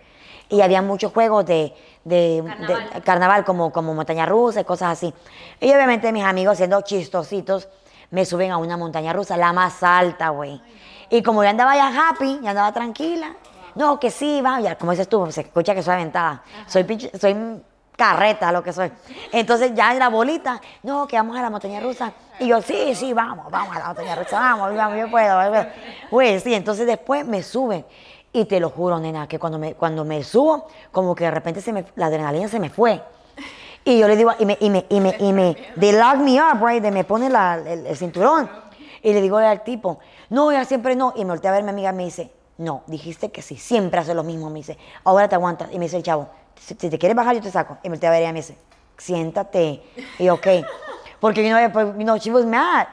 Speaker 1: y había muchos juegos de, de-
Speaker 3: Carnaval.
Speaker 1: de- carnaval, como, como montaña rusa y cosas así. Y obviamente mis amigos, siendo chistositos, me suben a una montaña rusa, la más alta, güey. Y como yo andaba ya happy, ya andaba tranquila, no, que sí, va, ya, como dices tú, se escucha que soy aventada. Soy pinche- soy mm, carreta lo que soy. Entonces ya en la bolita, no, que vamos a la montaña rusa. Y yo, sí, sí, vamos, vamos a la montaña rusa, vamos, vamos, yo puedo. yo puedo". Güey, sí, entonces después me suben. Y te lo juro, nena, que cuando me, cuando me subo, como que de repente se me, la adrenalina se me fue. Y yo le digo, y me, y me, y me, y me, they lock me up, right? They me pone la- el, el cinturón. Y le digo al tipo, no, ya siempre no. Y me volteé a ver mi amiga y me dice, no, dijiste que sí, siempre haces lo mismo. Me dice, ahora te aguantas. Y me dice el chavo, si, si te quieres bajar, yo te saco. Y me volteé a ver y ella me dice, siéntate. Y yo, ok. Porque, you know, después, pues, you know, she was mad.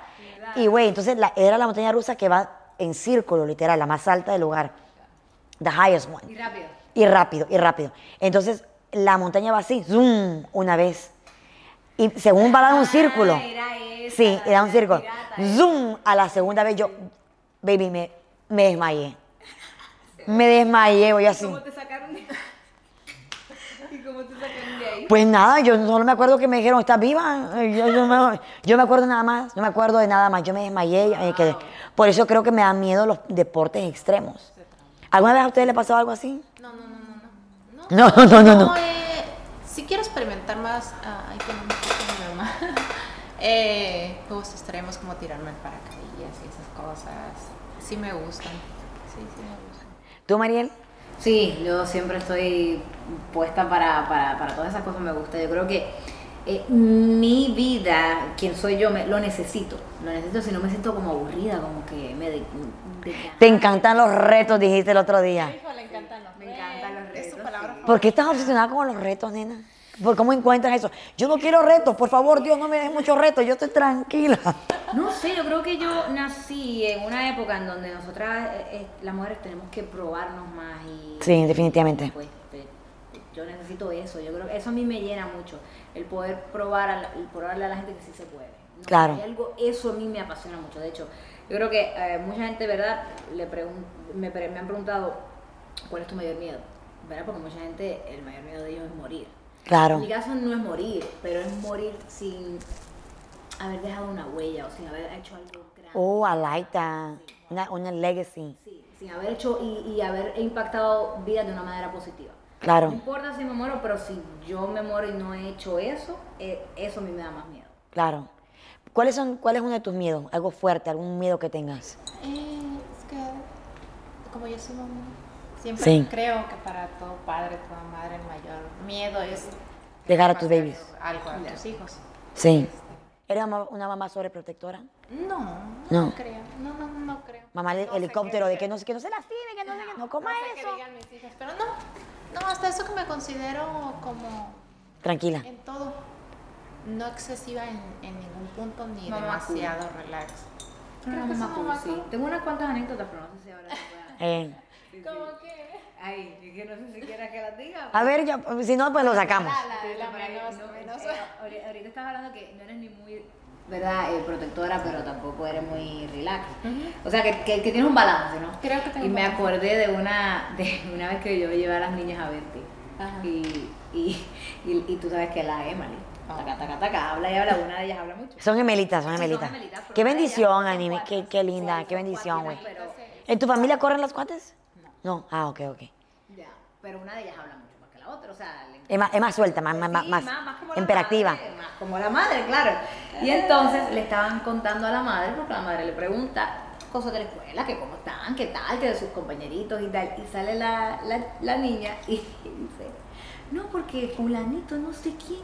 Speaker 1: Y, güey, entonces la- era la montaña rusa que va en círculo, literal, la más alta del lugar. The highest one.
Speaker 3: Y rápido.
Speaker 1: Y rápido, y rápido. Entonces, la montaña va así, zoom, una vez. Y según va a dar un círculo.
Speaker 3: Ah, era esa,
Speaker 1: sí,
Speaker 3: la
Speaker 1: y da un
Speaker 3: de la
Speaker 1: círculo. Mm.
Speaker 3: pirata,
Speaker 1: Zoom, a la segunda vez yo, baby, me, me desmayé. Me desmayé, voy así.
Speaker 3: ¿Cómo te sacaron de ¿Y cómo te sacaron de ahí?
Speaker 1: Pues nada, yo solo me acuerdo que me dijeron, ¿estás viva? Eh, Yo, yo me, yo me acuerdo nada más, no me acuerdo de nada más, yo me desmayé. eh, quedé. Por eso creo que me dan miedo los deportes extremos. ¿Alguna vez a ustedes les pasó algo así?
Speaker 2: No, no, no, no.
Speaker 1: No,
Speaker 2: no.
Speaker 1: no, no, no.
Speaker 2: eh, sí quiero experimentar más. ah, Ay, perdón, me puse mi mamá. eh, me gusta extremos como tirarme el paracaídas y esas cosas. Sí me gustan. Sí, sí me gustan.
Speaker 1: ¿Tú, Mariel?
Speaker 3: Sí, yo siempre estoy puesta para, para, para todas esas cosas, me gusta. Yo creo que eh, mi vida, quien soy yo, me, lo necesito. Lo necesito si no me siento como aburrida, como que me... de- de-
Speaker 1: Te encantan los retos, dijiste el otro día.
Speaker 2: Hijo, le encantan los
Speaker 3: Me encantan los
Speaker 2: Es su
Speaker 3: retos,
Speaker 2: palabra
Speaker 1: ¿Por qué estás obsesionada con los retos, nena? ¿Por cómo encuentras eso? Yo no quiero retos, por favor, Dios, no me des muchos retos, yo estoy tranquila.
Speaker 3: No sé, yo creo que yo nací en una época en donde nosotras, eh, eh, las mujeres, tenemos que probarnos más y...
Speaker 1: Sí, definitivamente.
Speaker 3: pues, eh, yo necesito eso, yo creo que eso a mí me llena mucho, el poder probar a la, el probarle a la gente que sí se puede. ¿no?
Speaker 1: Claro.
Speaker 3: Hay algo, eso a mí me apasiona mucho, de hecho, yo creo que eh, mucha gente, ¿verdad? Le pregun- me, pre- me han preguntado, ¿cuál es tu mayor miedo? ¿Verdad? Porque mucha gente, el mayor miedo de ellos es morir.
Speaker 1: Claro.
Speaker 3: Mi caso no es morir, pero es morir sin haber dejado una huella o sin haber hecho algo grande.
Speaker 1: Oh, I like that. Una, una legacy.
Speaker 3: Sí, sin haber hecho y, y haber impactado vidas de una manera positiva. No
Speaker 1: Claro,
Speaker 3: importa si me muero, pero si yo me muero y no he hecho eso, eh, eso a mí me da más miedo.
Speaker 1: claro. ¿Cuáles son, ¿Cuál es uno de tus miedos? Algo fuerte, algún miedo que tengas.
Speaker 2: Eh, es que como yo soy mamá, siempre
Speaker 1: Sí.
Speaker 2: creo que para todo padre, toda madre, el mayor miedo es
Speaker 1: Dejar a tus
Speaker 2: pasar
Speaker 1: babies.
Speaker 2: Algo a tus hijos.
Speaker 1: Sí. ¿Eres ma- una mamá sobreprotectora?
Speaker 2: No, no,
Speaker 1: No.
Speaker 2: creo. No, no, no creo.
Speaker 1: Mamá del
Speaker 2: No sé
Speaker 1: helicóptero,
Speaker 2: qué-
Speaker 1: de que no, que no se lastime, que no, se- que no coma
Speaker 2: no sé qué
Speaker 1: eso.
Speaker 2: digan mis hijas, pero no, no, hasta eso que me considero como
Speaker 1: Tranquila.
Speaker 2: en todo, no excesiva en, en ningún punto ni
Speaker 3: Mamá cool.
Speaker 2: demasiado relax.
Speaker 3: Una
Speaker 2: Creo que
Speaker 3: mamá
Speaker 2: soy
Speaker 3: cool,
Speaker 1: pues,
Speaker 2: mamá
Speaker 3: sí.
Speaker 2: cool.
Speaker 3: Tengo unas cuantas anécdotas, pero no sé si ahora se puedan.
Speaker 1: Eh,
Speaker 3: Sí, sí.
Speaker 2: Como que...
Speaker 3: Ay, es que no sé si quieras que las diga.
Speaker 1: A ver, ya, si no, pues lo sacamos.
Speaker 2: la de la
Speaker 3: Por ahí,
Speaker 2: menos,
Speaker 3: no,
Speaker 2: menos.
Speaker 3: eh, ahori- ahorita estás hablando que no eres ni muy, ¿verdad? eh, protectora, pero tampoco eres muy relax. O sea, que, que, que tienes un balance, ¿no?
Speaker 2: Creo que tengo
Speaker 3: Y
Speaker 2: un
Speaker 3: me
Speaker 2: balance.
Speaker 3: acordé de una, de una vez que yo llevé a las niñas a verte.
Speaker 2: Ajá.
Speaker 3: Y, y, y, y tú sabes que la Emily,
Speaker 2: Ah.
Speaker 3: taca, taca, taca, habla y habla, una de ellas habla mucho.
Speaker 1: Son gemelitas, son
Speaker 3: Sí, son
Speaker 1: gemelitas.
Speaker 3: gemelitas, pero
Speaker 1: Qué
Speaker 3: una de
Speaker 1: bendición,
Speaker 3: ellas son
Speaker 1: anime. Qué,
Speaker 3: cuatro,
Speaker 1: qué
Speaker 3: sí,
Speaker 1: linda,
Speaker 3: son
Speaker 1: qué bendición, güey.
Speaker 3: cuatro, pero-
Speaker 1: ¿En tu familia corren las cuates? No. Ah, ok, ok.
Speaker 3: Ya, pero una de ellas habla mucho más que la otra, o sea, le
Speaker 1: Es más, es más suelta, más, más,
Speaker 3: Sí,
Speaker 1: más,
Speaker 3: como la
Speaker 1: imperativa.
Speaker 3: madre, más como la madre, claro. Y entonces le estaban contando a la madre, porque la madre le pregunta cosas de la escuela, que cómo están, qué tal, que de sus compañeritos y tal. Y sale la, la- la niña y dice, no, porque fulanito no sé quién,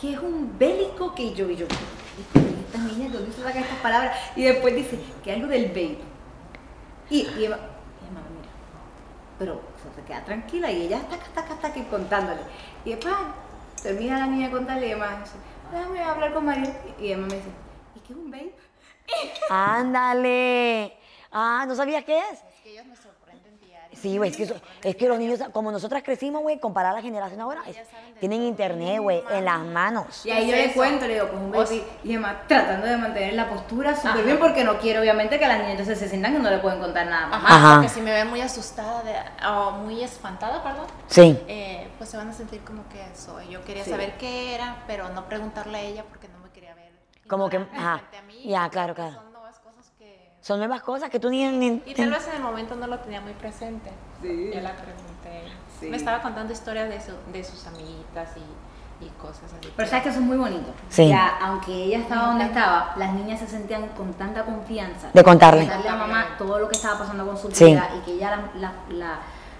Speaker 3: que es un bélico que yo y yo. "¿Y Esta niña, ¿de ¿dónde se saca estas palabras? Y después dice, que algo del bélico. Y, y Emma, y Emma, mira, pero o sea, se queda tranquila y ella está, está, está, está que contándole. Y después ah, termina la niña contándole y Emma dice, déjame hablar con María. Y Emma me dice, ¿y qué es un babe?
Speaker 1: Ándale. Ah, ¿no sabías qué es?
Speaker 2: Es que ellos me sorprenden diario.
Speaker 1: Sí, güey, es que, eso- es que los niños, como nosotras crecimos, güey, comparada a la generación ahora, es- tienen internet, güey, en las manos.
Speaker 3: Y ahí
Speaker 2: ¿Qué
Speaker 3: yo
Speaker 2: es
Speaker 3: le
Speaker 2: eso?
Speaker 3: cuento, le digo, pues un babe. y Emma tratando de mantener la postura súper bien porque no quiero obviamente que las niñas entonces se sientan que no le pueden contar nada más.
Speaker 2: Ajá,
Speaker 1: Ajá.
Speaker 2: porque si me ven muy asustada de- o muy espantada, perdón,
Speaker 1: Sí.
Speaker 2: eh, pues se van a sentir como que soy. Yo quería
Speaker 3: Sí.
Speaker 2: saber qué era, pero no preguntarle a ella porque no me quería ver.
Speaker 1: Como que,
Speaker 2: ignorante
Speaker 1: ajá,
Speaker 2: frente a mí.
Speaker 1: ya, claro,
Speaker 2: Creo que
Speaker 1: claro.
Speaker 2: Son nuevas cosas que...
Speaker 1: Son nuevas cosas que tú ni... ni-
Speaker 2: Y tal vez en el momento no lo tenía muy presente.
Speaker 3: Sí.
Speaker 2: Ya la pregunté.
Speaker 3: Sí.
Speaker 2: Me estaba contando historias de, su- de sus amiguitas y, y cosas así.
Speaker 3: Pero sabes que eso es muy bonito.
Speaker 1: Sí.
Speaker 3: Ya, aunque ella estaba donde estaba, las niñas se sentían con tanta confianza.
Speaker 1: De contarle.
Speaker 3: Contarle a mamá todo lo que estaba pasando con su
Speaker 1: Sí.
Speaker 3: vida y que ella la, la- la,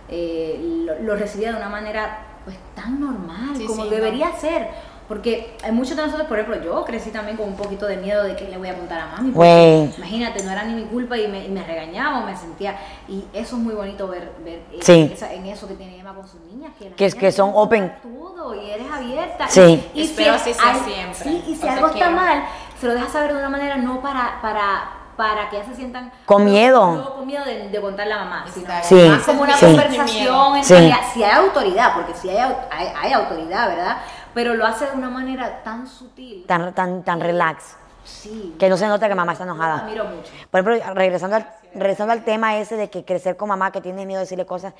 Speaker 3: eh, lo, lo recibía de una manera pues tan normal,
Speaker 2: Sí,
Speaker 3: como
Speaker 2: sí,
Speaker 3: debería ser. Porque hay muchos de nosotros, por ejemplo, yo crecí también con un poquito de miedo de que le voy a contar a mami. porque
Speaker 1: Güey.
Speaker 3: Imagínate, no era ni mi culpa y me, y me regañaba o me sentía. Y eso es muy bonito ver, ver eh,
Speaker 1: Sí.
Speaker 3: esa- en eso que tiene Emma con sus niñas. Que, las
Speaker 1: Que es- que
Speaker 3: niñas
Speaker 1: son
Speaker 3: tienen
Speaker 1: open.
Speaker 3: Todo y eres abierta.
Speaker 1: Sí.
Speaker 3: Y, y
Speaker 2: Espero así sea
Speaker 3: al-
Speaker 2: siempre.
Speaker 3: sí, y si
Speaker 2: O sea,
Speaker 3: algo está
Speaker 2: que-
Speaker 3: mal, se lo dejas saber de una manera no para, para, para que ellas se sientan
Speaker 1: Con miedo.
Speaker 3: No, con miedo de, de contarle a mamá, sino
Speaker 2: Exacto.
Speaker 1: Sí.
Speaker 3: más como una
Speaker 1: Sí.
Speaker 3: conversación. en
Speaker 1: Sí.
Speaker 3: realidad, Si hay autoridad, porque si hay, au- hay, hay autoridad, ¿verdad? Pero lo hace de una manera tan sutil.
Speaker 1: Tan, tan, tan relax.
Speaker 3: sí.
Speaker 1: Que no se nota que mamá está
Speaker 3: Lo
Speaker 1: enojada.
Speaker 3: admiro mucho.
Speaker 1: Por ejemplo, regresando al, regresando al tema ese de que crecer con mamá, que tienes miedo de decirle cosas,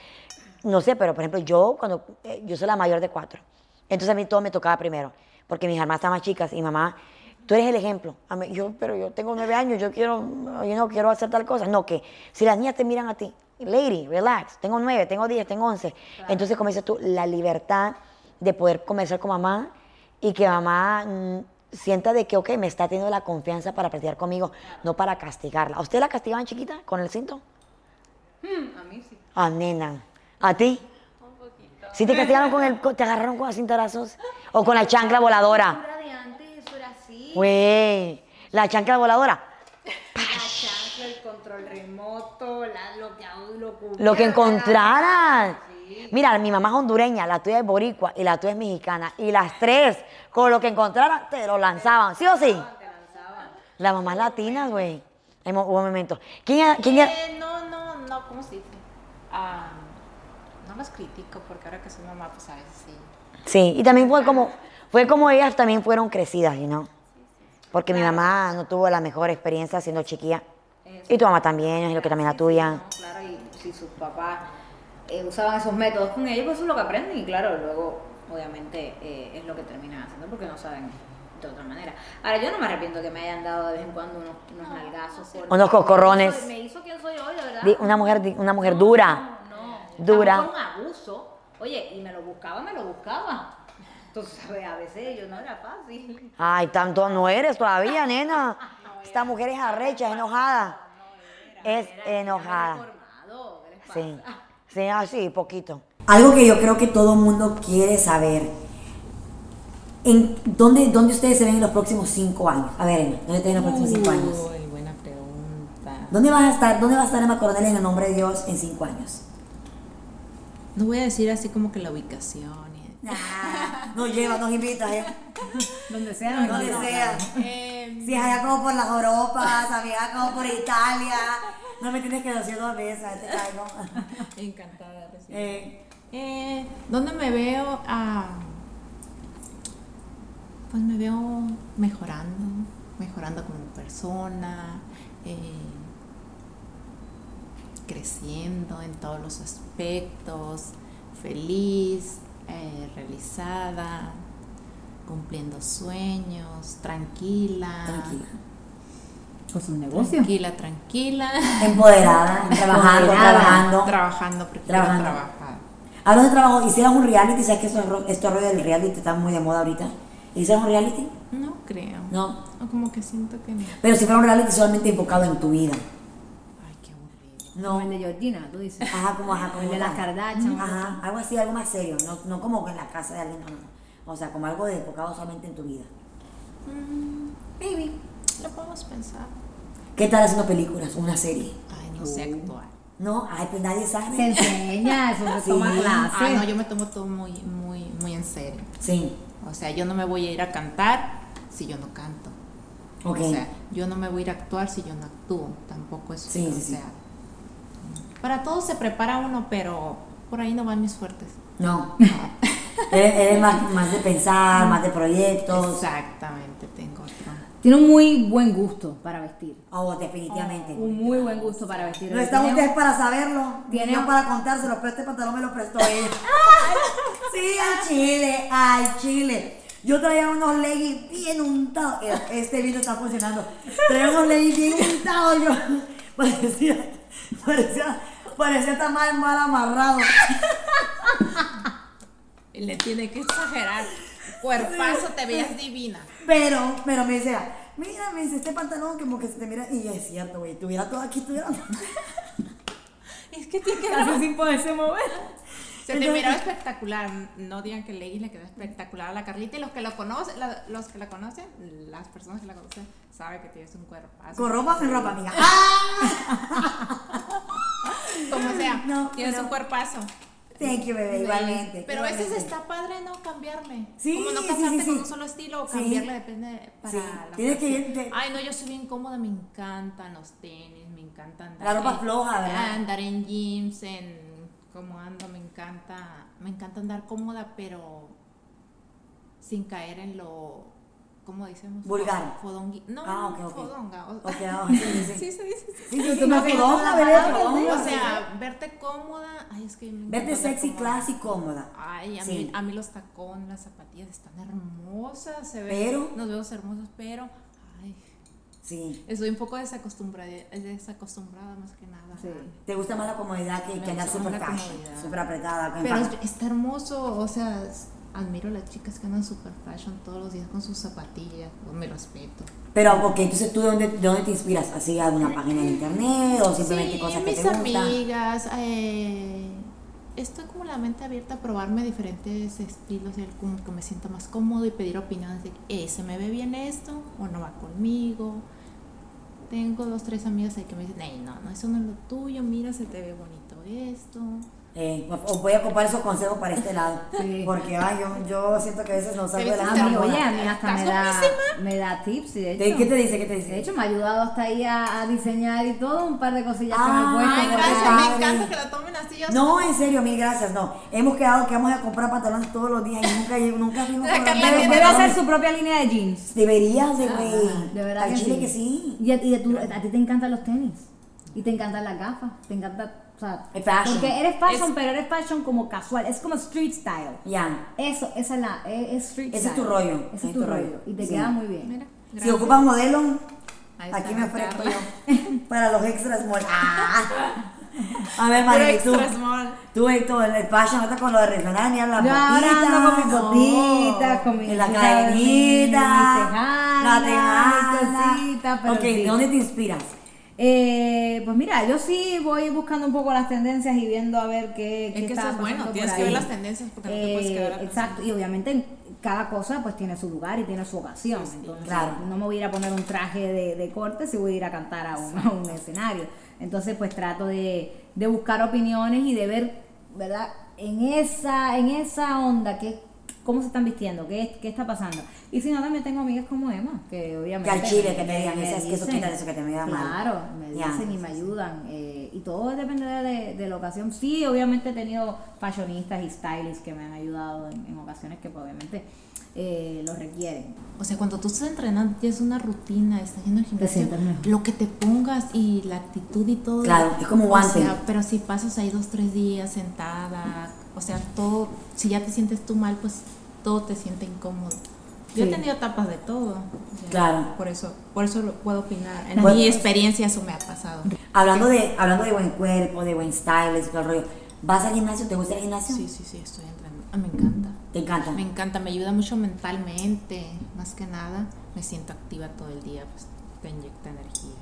Speaker 1: no sé, pero por ejemplo, yo cuando eh, yo soy la mayor de cuatro, entonces a mí todo me tocaba primero, porque mis hermanas estaban más chicas y mamá, tú eres el ejemplo. A mí- yo, pero yo tengo nueve años, yo quiero, yo no quiero hacer tal cosa. No, que si las niñas te miran a ti,
Speaker 2: lady, relax, tengo nueve, tengo diez, tengo once. Entonces, como dices tú, la libertad de poder conversar con mamá y que mamá mm, sienta de que, ok, me está teniendo la confianza para platicar conmigo, no para castigarla. ¿A usted la castigaban chiquita con el cinto?
Speaker 3: Hmm, A mí sí.
Speaker 2: Ah, nena. ¿A ti? ¿Sí te castigaron con el, co- te agarraron con los cintarazos? ¿O con la chancla voladora?
Speaker 3: La de antes, eso era así.
Speaker 2: Güey, la chancla voladora.
Speaker 3: La chancla, el control remoto, la, lo que aún lo
Speaker 2: Lo que
Speaker 3: cubierta.
Speaker 2: encontraran.
Speaker 3: Sí.
Speaker 2: Mira, mi mamá es hondureña, la tuya es boricua y la tuya es mexicana. Y las tres, con lo que encontraran, te lo lanzaban. ¿Sí o sí? Las mamás latinas, güey. Hay mo- Hubo momentos. ¿Quién era? quién era-
Speaker 5: Eh, no, no, no, ¿cómo se dice? Ah, no las critico porque ahora que soy mamá, pues a veces sí.
Speaker 2: Sí, y también fue como, fue como ellas también fueron crecidas, you know? Porque mi mamá no tuvo la mejor experiencia siendo chiquilla. Y tu mamá también, es lo que también la tuya.
Speaker 3: No, claro, y si sus papás eh, usaban esos métodos con ellos, pues eso es lo que aprenden y claro, luego obviamente eh, es lo que terminan haciendo porque no saben de otra manera. Ahora, yo no me arrepiento que me hayan dado de vez en cuando unos, unos nalgazos. porque
Speaker 2: Unos cocorrones.
Speaker 3: Me hizo, me hizo quien soy hoy, de verdad.
Speaker 2: Di- Una mujer, di- una mujer dura.
Speaker 3: No,
Speaker 2: Dura.
Speaker 3: tampoco un abuso. Oye, y me lo buscaba, me lo buscaba. Entonces, ¿sabes? a veces yo no era fácil.
Speaker 2: Ay, tanto no eres todavía, nena. Esta mujer es arrecha, es enojada. Es enojada.
Speaker 3: Formado, ¿qué les pasa?
Speaker 2: Ah. Sí, sí, así, poquito.
Speaker 1: Algo que yo creo que todo mundo quiere saber. ¿En dónde, ¿Dónde ustedes se ven en los próximos cinco años? A ver, Emma, ¿dónde te ven en los próximos cinco años?
Speaker 5: Uy, buena pregunta.
Speaker 1: ¿Dónde vas a estar? ¿Dónde va a estar Emma Coronel en el nombre de Dios en cinco años?
Speaker 5: No voy a decir así como que la ubicación. y-
Speaker 1: Ah, nos lleva, nos invita, ¿eh?
Speaker 3: Donde sea,
Speaker 1: Donde sea.
Speaker 5: Eh,
Speaker 1: Si es allá como por las Europas, allá como por Italia. No me tienes que decir dos veces, ahí te caigo.
Speaker 5: encantada. recién.
Speaker 1: Eh,
Speaker 5: Eh, ¿Dónde me veo? Ah, pues me veo mejorando, mejorando como persona, eh, creciendo en todos los aspectos, feliz, eh, realizada, cumpliendo sueños, tranquila.
Speaker 1: Tranquila.
Speaker 3: Con sus negocios.
Speaker 5: Tranquila, tranquila.
Speaker 1: Empoderada, trabajando, trabajando.
Speaker 5: Trabajando, porque
Speaker 1: Trabajando.
Speaker 5: quiero trabajar.
Speaker 1: Hablando de trabajo, hicieras un reality, ¿sabes que esto, es ro- esto rollo del reality está muy de moda ahorita? ¿Hicieras un reality?
Speaker 5: No creo.
Speaker 1: No.
Speaker 5: O como que siento que no.
Speaker 1: Pero si fuera un reality solamente enfocado en tu vida.
Speaker 5: Ay, qué aburrido.
Speaker 3: No, el de Georgina, tú dices.
Speaker 1: Ajá, como ajá, como
Speaker 3: El de las
Speaker 1: tal.
Speaker 3: Kardashian.
Speaker 1: Ajá, algo así, algo más serio, no, no como que en la casa de alguien, no, no. O sea, como algo de enfocado solamente en tu vida.
Speaker 5: Maybe. Lo podemos pensar.
Speaker 1: ¿Qué tal haciendo películas? Una serie.
Speaker 5: Ay, no sé actuar.
Speaker 1: No, ay, pues nadie sabe.
Speaker 3: Se enseña, eso se toma
Speaker 1: Sí.
Speaker 3: clases.
Speaker 5: Ah, no, yo me tomo todo muy, muy, muy en serio.
Speaker 1: Sí,
Speaker 5: O sea, yo no me voy a ir a cantar si yo no canto.
Speaker 1: ok.
Speaker 5: O sea, yo no me voy a ir a actuar si yo no actúo. Tampoco es.
Speaker 1: Sí,
Speaker 5: o
Speaker 1: sí, sí.
Speaker 5: sea, para todo se prepara uno, pero por ahí no van mis fuertes.
Speaker 1: no. eres eres más, más de pensar, más de proyectos.
Speaker 5: Exactamente, tengo otro.
Speaker 3: Tiene un muy buen gusto para vestir.
Speaker 1: Oh, definitivamente.
Speaker 3: Un muy buen gusto para vestir.
Speaker 1: No están
Speaker 3: Tiene-
Speaker 1: ustedes para saberlo,
Speaker 3: Tiene-
Speaker 1: no para contárselo, pero este pantalón me lo prestó ella. sí, al chile, al chile. Yo traía unos leggings bien untados. Eh, Este vino está funcionando. Traía unos leggings bien untados yo. Parecía, parecía, parecía estar mal, mal amarrado.
Speaker 5: Y le tiene que exagerar. Cuerpazo, te veías divina.
Speaker 1: Pero, pero me decía, mira, me dice, este pantalón como que se te mira. Y yo, es cierto, güey, tuviera todo aquí, tuviera.
Speaker 5: Es que tiene que
Speaker 3: Casi sin poderse mover.
Speaker 5: Se te miraba espectacular. No digan que Lady le quedó espectacular a la Carlita. Y los que, lo conocen, la- los que la conocen, las personas que la conocen, saben que tienes un cuerpazo.
Speaker 1: Con ropa, sin ropa, amiga. Ah,
Speaker 5: Como sea,
Speaker 1: No,
Speaker 5: tienes
Speaker 1: pero-
Speaker 5: un cuerpazo.
Speaker 1: Thank you, bebé, igualmente.
Speaker 5: Pero a veces
Speaker 1: igualmente.
Speaker 5: está padre no cambiarme.
Speaker 1: Sí,
Speaker 5: Como no
Speaker 1: sí,
Speaker 5: casarte
Speaker 1: sí, sí.
Speaker 5: con un solo estilo o
Speaker 1: Sí.
Speaker 5: cambiarle depende de- para
Speaker 1: Sí.
Speaker 5: la
Speaker 1: Tienes que
Speaker 5: ocasión.
Speaker 1: irte-
Speaker 5: Ay, no, yo soy bien cómoda, me encantan los tenis, me encanta andar.
Speaker 1: La ropa
Speaker 5: en- Ah,
Speaker 1: floja, ¿verdad?
Speaker 5: Andar en gyms, en cómo ando, me encanta, me encanta andar cómoda, pero sin caer en lo ¿cómo decimos?
Speaker 1: Vulgar.
Speaker 5: Fodongui. No,
Speaker 1: Ah, ok,
Speaker 5: no,
Speaker 1: ok.
Speaker 5: fodonga. o-
Speaker 1: Ok, ah, sí, sí, sí.
Speaker 5: sí, se dice, sí.
Speaker 1: Sí, sí, sí, no,
Speaker 3: Tú me has
Speaker 1: perdón,
Speaker 3: pegado
Speaker 1: la
Speaker 3: la
Speaker 1: verdad,
Speaker 3: palabra,
Speaker 1: perdón,
Speaker 5: O
Speaker 1: sí.
Speaker 5: sea, verte cómoda, ay, es que me
Speaker 1: verte
Speaker 5: encanta andar
Speaker 1: sexy,
Speaker 5: cómoda.
Speaker 1: class y cómoda.
Speaker 5: Ay, a,
Speaker 1: Sí.
Speaker 5: mí, a mí los tacones, las zapatillas están hermosas, se ven,
Speaker 1: Pero-
Speaker 5: nos vemos hermosos, pero, ay,
Speaker 1: Sí.
Speaker 5: Estoy un poco desacostumbrada, desacostumbrada más que nada.
Speaker 3: Sí.
Speaker 1: Te gusta más la comodidad que,
Speaker 5: Me
Speaker 1: que andar
Speaker 5: gusta
Speaker 1: súper
Speaker 5: más la
Speaker 1: fashion,
Speaker 5: comodidad.
Speaker 1: súper apretada. con
Speaker 5: Pero
Speaker 1: pan-
Speaker 5: es- está hermoso, o sea, es- admiro a las chicas que andan super fashion todos los días con sus zapatillas, con mi respeto.
Speaker 1: Pero, ok, entonces tú de dónde, de dónde te inspiras? ¿Así alguna página de internet o simplemente
Speaker 5: Sí,
Speaker 1: cosas que
Speaker 5: mis
Speaker 1: te gustan?
Speaker 5: amigas, eh, estoy como la mente abierta a probarme diferentes estilos, el como que me siento más cómodo y pedir opiniones de, eh, ¿se me ve bien esto o no va conmigo? Tengo dos, tres amigas ahí que me dicen, "Ey, no, no, eso no es lo tuyo, mira, se te ve bonito esto.
Speaker 1: Eh, os voy a ocupar esos consejos para este lado.
Speaker 3: Sí.
Speaker 1: Porque ay, yo, yo siento que a veces no salgo de
Speaker 5: viste
Speaker 1: la
Speaker 3: Ah,
Speaker 5: Está
Speaker 3: mi-
Speaker 1: misma
Speaker 5: buena.
Speaker 3: oye,
Speaker 1: moda. Eh,
Speaker 3: a mí hasta me da, me da tips, y de
Speaker 1: ¿Qué
Speaker 3: hecho.
Speaker 1: te dice? ¿Qué te dice?
Speaker 3: De hecho, me ha ayudado hasta ahí a, a diseñar y todo, un par de cosillas
Speaker 1: Ah,
Speaker 3: que me he puesto.
Speaker 1: ay,
Speaker 3: por
Speaker 1: gracias,
Speaker 3: ahí.
Speaker 1: padre.
Speaker 5: la tomen así. yo-
Speaker 1: No, en serio, mil gracias, no. Hemos quedado que vamos a comprar pantalones todos los días y nunca, llego- nunca fuimos
Speaker 5: La
Speaker 1: con los
Speaker 5: Carla
Speaker 1: mismos
Speaker 5: tiene-
Speaker 3: Debe hacer
Speaker 1: pantalones.
Speaker 3: su propia línea de jeans.
Speaker 1: Deberías de, güey.
Speaker 3: Ah, De verdad
Speaker 1: Al
Speaker 3: que
Speaker 1: chile
Speaker 3: sí.
Speaker 1: que sí.
Speaker 3: Y, a, y a, tu- a ti te encantan los tenis. Y te encantan las gafas. Te encanta. O sea,
Speaker 1: Es fashion.
Speaker 3: Porque eres fashion, pero eres fashion como casual. Es como street style.
Speaker 1: Ya.
Speaker 3: Eso, esa es la. Es, es street
Speaker 1: Ese es
Speaker 3: style.
Speaker 1: tu rollo,
Speaker 3: Ese es, tu rollo. Y te
Speaker 1: Sí.
Speaker 3: queda muy bien.
Speaker 5: Mira,
Speaker 1: Si
Speaker 5: gracias.
Speaker 1: ocupas modelo,
Speaker 5: Ahí
Speaker 1: aquí
Speaker 5: está,
Speaker 1: me ofrezco
Speaker 5: Carla.
Speaker 1: yo. Para los extras mol. Ah. A ver, María, tú.
Speaker 5: Extra small.
Speaker 1: Tú y todo el fashion, ahorita con lo de regional, mira las
Speaker 3: Yo ahora ando con mis
Speaker 1: botitas,
Speaker 3: botitas, con mis
Speaker 1: y la
Speaker 3: chavas, mis
Speaker 1: cadenita, la
Speaker 3: tejanas,
Speaker 1: tejana.
Speaker 3: mis cositas, pero
Speaker 1: Ok,
Speaker 3: sí.
Speaker 1: ¿de dónde te inspiras?
Speaker 3: Eh, pues mira, yo sí voy buscando un poco las tendencias y viendo a ver qué,
Speaker 5: Es
Speaker 3: qué
Speaker 5: que
Speaker 3: está
Speaker 5: eso es bueno,
Speaker 3: pasando por
Speaker 5: tienes que
Speaker 3: ahí.
Speaker 5: ver las tendencias porque no te puedes
Speaker 3: Eh,
Speaker 5: quedar. a pensar.
Speaker 3: Exacto, y obviamente cada cosa pues tiene su lugar y tiene su ocasión. Entonces,
Speaker 1: claro.
Speaker 3: no me voy a ir a poner un traje de, de corte si voy a ir a cantar a un, a un escenario. Entonces pues trato de, de buscar opiniones y de ver, ¿verdad? En esa, en esa onda, ¿qué, ¿cómo se están vistiendo? ¿Qué, ¿Qué está pasando? Y si no, también tengo amigas como Emma, que obviamente...
Speaker 1: Que al chile que te digan,
Speaker 3: me
Speaker 1: "Esas que eso
Speaker 3: dicen".
Speaker 1: quita, eso que te me da mal.
Speaker 3: Claro, me
Speaker 1: Ya.
Speaker 3: dicen y me ayudan. eh, y todo depende de, de la ocasión. Sí, obviamente he tenido fashionistas y stylists que me han ayudado en, en ocasiones que pues, obviamente eh, lo requieren.
Speaker 5: O sea, cuando tú estás entrenando, ya es una rutina, estás yendo al gimnasio,
Speaker 3: sientes mejor.
Speaker 5: lo que te pongas y la actitud y todo.
Speaker 1: Claro, es como
Speaker 5: O
Speaker 1: guante.
Speaker 5: sea, pero si pasas ahí dos, tres días sentada, o sea, todo, si ya te sientes tú mal, pues todo te siente incómodo. Yo
Speaker 3: Sí.
Speaker 5: he tenido etapas de todo. o sea,
Speaker 1: Claro.
Speaker 5: Por eso, por eso lo puedo opinar. En
Speaker 1: Bueno.
Speaker 5: mi experiencia eso me ha pasado.
Speaker 1: Hablando de, hablando de buen cuerpo, de buen style y todo el rollo, ¿vas al gimnasio? ¿Te gusta el gimnasio?
Speaker 5: Sí, sí, sí, estoy entrenando. Ah, me encanta.
Speaker 1: ¿Te encanta?
Speaker 5: Me encanta, me ayuda mucho mentalmente, más que nada. Me siento activa todo el día, pues te inyecta energía.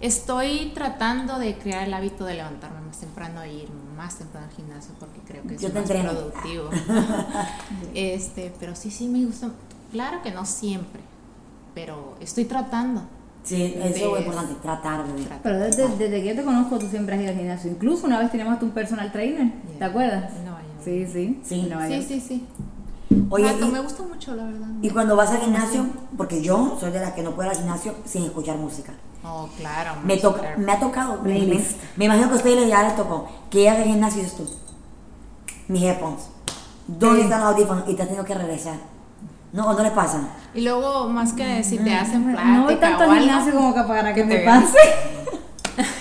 Speaker 5: Estoy tratando de crear el hábito de levantarme más temprano e ir más temprano al gimnasio porque creo que es
Speaker 1: Yo te
Speaker 5: más
Speaker 1: entreno.
Speaker 5: productivo. este, pero sí, sí me gusta. Claro que no siempre, pero estoy tratando.
Speaker 1: Sí, eso
Speaker 5: Sí.
Speaker 1: es importante, tratar, bebé.
Speaker 5: Tratar.
Speaker 3: Pero desde, desde que yo te conozco, tú siempre has ido al gimnasio. Incluso una vez teníamos hasta un personal trainer, ¿te
Speaker 5: Yeah.
Speaker 3: acuerdas?
Speaker 5: En Nueva York.
Speaker 3: Sí, sí.
Speaker 1: Sí.
Speaker 3: en Nueva
Speaker 5: Sí,
Speaker 3: York.
Speaker 5: sí, sí.
Speaker 1: Oye,
Speaker 5: Trato,
Speaker 1: y-
Speaker 5: Ah, me gusta mucho, la verdad.
Speaker 1: y, cuando vas al gimnasio, porque yo soy de las que no puedo ir al gimnasio sin escuchar música.
Speaker 5: Oh, claro.
Speaker 1: Me,
Speaker 5: música.
Speaker 1: toca, me ha tocado, me,
Speaker 3: Playlist.
Speaker 1: me imagino que a ustedes ya les tocó, que llegas al gimnasio y dices tú, mis headphones, ¿dónde están los audífonos? Y te has tenido que regresar. No, ¿o no les pasan.
Speaker 5: Y luego, más que si te hacen plática
Speaker 3: No voy tanto
Speaker 5: o
Speaker 3: al
Speaker 5: algo,
Speaker 3: gimnasio como que para que
Speaker 5: que
Speaker 3: me
Speaker 5: te vean.
Speaker 3: pase.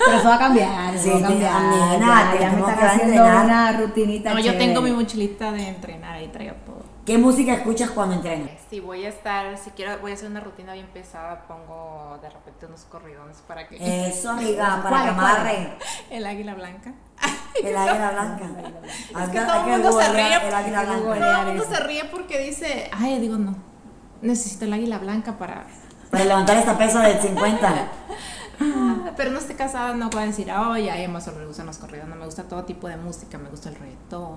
Speaker 3: Pero eso va a cambiar, eso
Speaker 1: Sí,
Speaker 3: va a
Speaker 1: te-
Speaker 3: cambiar.
Speaker 1: nena,
Speaker 3: ya,
Speaker 1: te
Speaker 3: ya me
Speaker 1: tengo
Speaker 3: están
Speaker 1: que dar a
Speaker 3: haciendo
Speaker 1: entrenar.
Speaker 3: una rutinita
Speaker 5: No, yo tengo mi
Speaker 3: chévere.
Speaker 5: mochilita de entrenar, ahí traigo todo.
Speaker 1: ¿Qué música escuchas cuando entrenas?
Speaker 5: Si voy a estar, si quiero, voy a hacer una rutina bien pesada, pongo de repente unos corridones para que...
Speaker 1: Eso, amiga, para
Speaker 3: ¿Cuál,
Speaker 1: que
Speaker 3: cuál?
Speaker 1: amarre
Speaker 5: El águila blanca.
Speaker 1: el águila blanca.
Speaker 5: Es que
Speaker 1: Acá-
Speaker 5: todo
Speaker 1: acá
Speaker 5: el mundo se
Speaker 1: googlear
Speaker 5: ríe.
Speaker 1: El águila blanca.
Speaker 5: Todo el mundo se ríe porque dice, ay, digo, no, necesito el águila blanca para...
Speaker 1: Para levantar esta pesa de 50.
Speaker 5: Ah, Pero no esté casada, no puedo decir, ay, a Emma solo le gustan los corridos, no me gusta todo tipo de música, me gusta el reggaetón,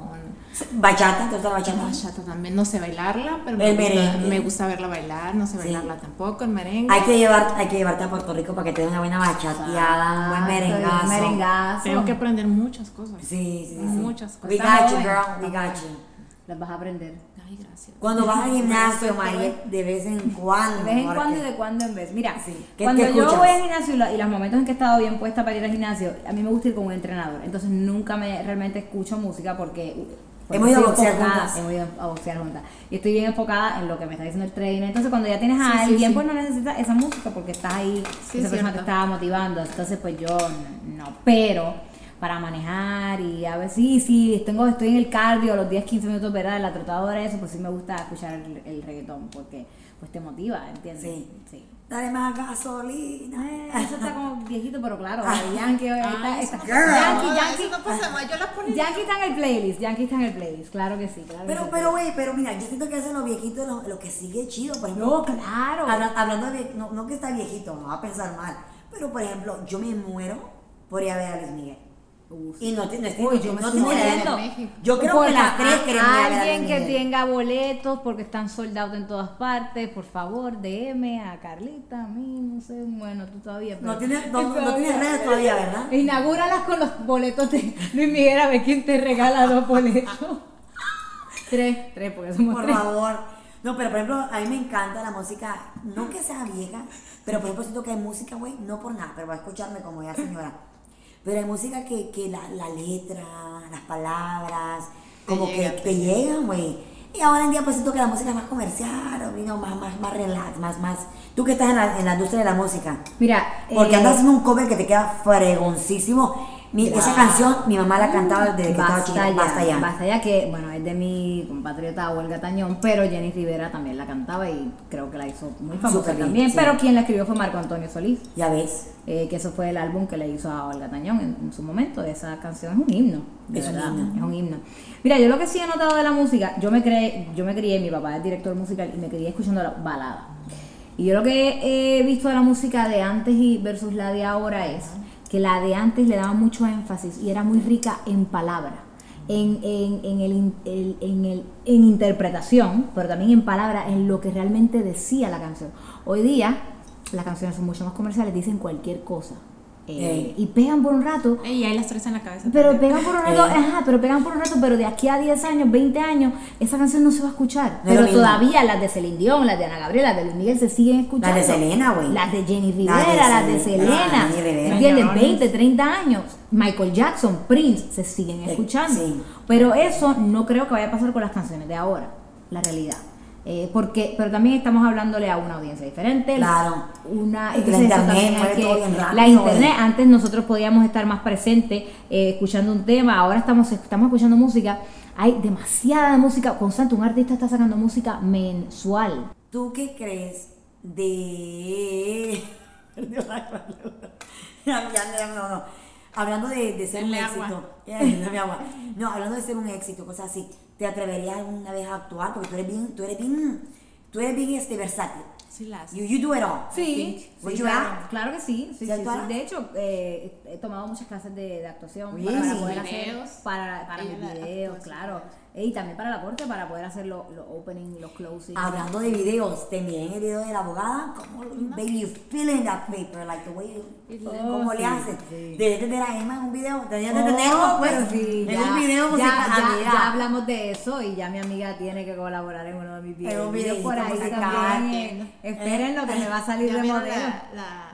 Speaker 1: Bachata, ¿te gusta la
Speaker 5: La
Speaker 1: bachata?
Speaker 5: bachata también, no sé bailarla,
Speaker 1: El
Speaker 5: pero me gusta,
Speaker 1: merengue.
Speaker 5: me gusta verla bailar, no sé bailarla tampoco, el merengue.
Speaker 1: Hay que, llevar, hay que llevarte a Puerto Rico para que te den una buena bachateada, un
Speaker 3: Ah,
Speaker 1: buen merengazo.
Speaker 3: Un merengazo.
Speaker 5: Tengo que aprender muchas cosas.
Speaker 1: Sí, sí, sí.
Speaker 5: Muchas cosas.
Speaker 1: We got you,
Speaker 3: Joven.
Speaker 1: girl, we got you.
Speaker 3: Las vas a aprender.
Speaker 5: Ay, gracias.
Speaker 1: Cuando vas al gimnasio,
Speaker 5: Gracias,
Speaker 1: María,
Speaker 5: joven.
Speaker 1: de vez en cuando.
Speaker 3: De vez en
Speaker 1: porque-
Speaker 3: cuando y de cuando en vez. Mira,
Speaker 1: Sí. ¿Qué te
Speaker 3: cuando yo
Speaker 1: escuchas?
Speaker 3: voy al gimnasio y, lo- y los momentos en que he estado bien puesta para ir al gimnasio, a mí me gusta ir con un entrenador. Entonces nunca me realmente escucho música porque... porque
Speaker 1: Hemos ido a
Speaker 3: estoy
Speaker 1: boxear
Speaker 3: enfocada-
Speaker 1: juntas.
Speaker 3: Hemos ido a boxear juntas. Y estoy bien enfocada en lo que me está diciendo el trainer. Entonces cuando ya tienes a
Speaker 5: Sí, sí,
Speaker 3: alguien,
Speaker 5: sí.
Speaker 3: pues no necesitas esa música porque estás ahí,
Speaker 5: Sí,
Speaker 3: esa persona
Speaker 5: cierto.
Speaker 3: te está motivando. Entonces pues yo no. Pero para manejar y a ver si sí, tengo, estoy en el cardio los 10, 15 minutos ¿verdad? de la trotadora, eso, pues sí me gusta escuchar el, el reggaetón porque pues te motiva, ¿entiendes?
Speaker 1: Sí.
Speaker 3: sí.
Speaker 1: Dale más gasolina. eh.
Speaker 3: Eso está como viejito, pero claro,
Speaker 5: Ah.
Speaker 3: Yankee, eh, está- está-
Speaker 1: girl.
Speaker 3: Yankee,
Speaker 5: No,
Speaker 3: Yankee,
Speaker 5: eso no pasa más, yo la ponía.
Speaker 3: Yankee está en el playlist, Yankee está en el playlist, claro que sí, claro que
Speaker 1: Pero,
Speaker 3: sí.
Speaker 1: pero, güey, pero mira, yo siento que hacen los viejitos lo, lo que sigue chido, por ejemplo.
Speaker 3: No, claro.
Speaker 1: Habla- hablando de, vie- no, no que está viejito, no va a pensar mal, pero por ejemplo, yo me muero por ir a ver a Luis Miguel.
Speaker 3: Uh,
Speaker 1: Y no, tiene- no, estoy-
Speaker 3: Uy, yo me
Speaker 1: no
Speaker 3: estoy
Speaker 1: tiene la edad.
Speaker 3: muriendo.
Speaker 1: Yo creo
Speaker 3: Por
Speaker 1: que las
Speaker 3: fa-
Speaker 1: tres queremos ir a ver a
Speaker 3: Alguien
Speaker 1: Luis
Speaker 3: que
Speaker 1: Miguel.
Speaker 3: tenga boletos porque están soldados en todas partes, por favor, DM a Carlita, a mí, no sé, bueno, tú todavía.
Speaker 1: No
Speaker 3: pero-
Speaker 1: tienes no, no tienes redes todavía, ¿verdad?
Speaker 3: Inaugurálas con los boletos de Luis Miguel a ver quién te regala dos boletos. tres, tres, porque somos
Speaker 1: Por
Speaker 3: tres.
Speaker 1: favor. No, pero por ejemplo, a mí me encanta la música, no que sea vieja, pero por ejemplo siento que hay música, güey, no por nada, pero va a escucharme como ya señora. Pero hay música que, que la, la letra, las palabras, como
Speaker 5: llega,
Speaker 1: que te llegan, güey. Y ahora en día pues siento que la música es más comercial, o, no, más, más, más relax, más, más. Tú que estás en la, en la industria de la música,
Speaker 3: Mira,
Speaker 1: porque
Speaker 3: eh,
Speaker 1: andas haciendo un cover que te queda fregoncísimo. Mi- esa canción mi mamá la cantaba desde que estaba
Speaker 3: Basta
Speaker 1: chiquita,
Speaker 3: ya,
Speaker 1: basta ya.
Speaker 3: basta ya que, bueno, es de mi compatriota Olga Tañón, pero Jenny Rivera también la cantaba y creo que la hizo muy famosa
Speaker 1: Súper bien,
Speaker 3: también,
Speaker 1: sí.
Speaker 3: pero quien la escribió fue Marco Antonio Solís.
Speaker 1: Ya ves.
Speaker 3: eh, que eso fue el álbum que le hizo a Olga Tañón en, en su momento. Esa canción es un himno, de
Speaker 1: Es un
Speaker 3: verdad,
Speaker 1: himno.
Speaker 3: es un himno. Mira, yo lo que sí he notado de la música, yo me creé, yo me crié, mi papá es director musical y me crié escuchando la balada. Y yo lo que he visto de la música de antes y versus la de ahora es que la de antes le daba mucho énfasis y era muy rica en palabras en, en, en, el, in- el- en, el- en interpretación, pero también en palabras, en lo que realmente decía la canción. Hoy día las canciones son mucho más comerciales, dicen cualquier cosa. eh, y pegan por un rato,
Speaker 6: Y ahí las tres en la cabeza.
Speaker 3: pero
Speaker 6: también.
Speaker 3: pegan por un rato,
Speaker 1: Eh,
Speaker 3: ajá, pero pegan por un rato, pero de aquí a 10 años, 20 años, esa canción no se va a escuchar.
Speaker 1: No es lo
Speaker 3: pero
Speaker 1: mismo.
Speaker 3: todavía las de Celine Dion, las de Ana Gabriela, las de Luis Miguel se siguen escuchando.
Speaker 1: Las de Selena, güey.
Speaker 3: Las de Jenny
Speaker 1: Las de
Speaker 3: Rivera, las de
Speaker 1: Selena.
Speaker 3: Selena.
Speaker 1: Ah, Jenny Rivera.
Speaker 3: ¿Me entiendes?
Speaker 6: Cañones.
Speaker 3: 20, 30 años. Michael Jackson, Prince, se siguen
Speaker 1: Eh,
Speaker 3: escuchando.
Speaker 1: sí.
Speaker 3: Pero eso no creo que vaya a pasar con las canciones de ahora, la realidad. Eh, porque, pero también estamos hablándole a una audiencia diferente.
Speaker 1: Claro.
Speaker 3: Una,
Speaker 1: Y la
Speaker 3: Ah, entonces eso
Speaker 1: internet
Speaker 3: también hay
Speaker 1: mueve
Speaker 3: que-
Speaker 1: todo bien rápido,
Speaker 3: La internet,
Speaker 1: eh.
Speaker 3: antes nosotros podíamos estar más presentes eh, escuchando un tema, ahora estamos, estamos escuchando música. Hay demasiada música constante, un artista está sacando música mensual.
Speaker 1: ¿Tú qué crees de... Hablando, de- no, no. Hablando de, de ser un
Speaker 6: Denle agua.
Speaker 1: éxito. Eh, dame agua. No, hablando de ser un éxito, cosas así. ¿Te atreverías alguna vez a actuar? Porque tú eres bien, tú eres bien, tú eres bien este, versátil.
Speaker 6: Sí, las.
Speaker 1: You, you do it all.
Speaker 3: Sí,
Speaker 1: Would you
Speaker 3: claro,
Speaker 1: act?
Speaker 3: claro que sí.
Speaker 1: ¿Sí
Speaker 3: sí, sí, sí.
Speaker 1: actuarás?
Speaker 3: De hecho, eh, he tomado muchas clases de, de actuación
Speaker 1: Really?
Speaker 3: para
Speaker 1: Sus
Speaker 3: poder hacer-
Speaker 5: videos.
Speaker 3: para, para mis
Speaker 5: Ella actúa
Speaker 3: videos,
Speaker 5: sus
Speaker 3: claro.
Speaker 5: videos.
Speaker 3: Eh, Y también para la corte, para poder hacer los los opening, los closing.
Speaker 1: Hablando de videos, te envié el video de la abogada. ¿Cómo, baby, you feeling that paper, like the way you,
Speaker 3: Oh,
Speaker 1: ¿Cómo
Speaker 3: sí,
Speaker 1: le haces?
Speaker 3: sí.
Speaker 1: Debes tener a Emma en un video. Debías de
Speaker 3: Oh,
Speaker 1: tenerlo,
Speaker 3: pero
Speaker 1: pues.
Speaker 3: sí,
Speaker 1: en
Speaker 3: ya,
Speaker 1: un video
Speaker 3: ya,
Speaker 1: musical.
Speaker 3: ya,
Speaker 1: amiga.
Speaker 3: ya hablamos de eso y ya mi amiga tiene que colaborar en uno de mis videos.
Speaker 1: un
Speaker 3: Yo por ahí
Speaker 1: videíto
Speaker 3: también.
Speaker 1: musical.
Speaker 3: eh, Esperen lo que me va a salir
Speaker 5: ¿Ya
Speaker 3: de
Speaker 5: vieron
Speaker 3: modelo.
Speaker 5: la, la.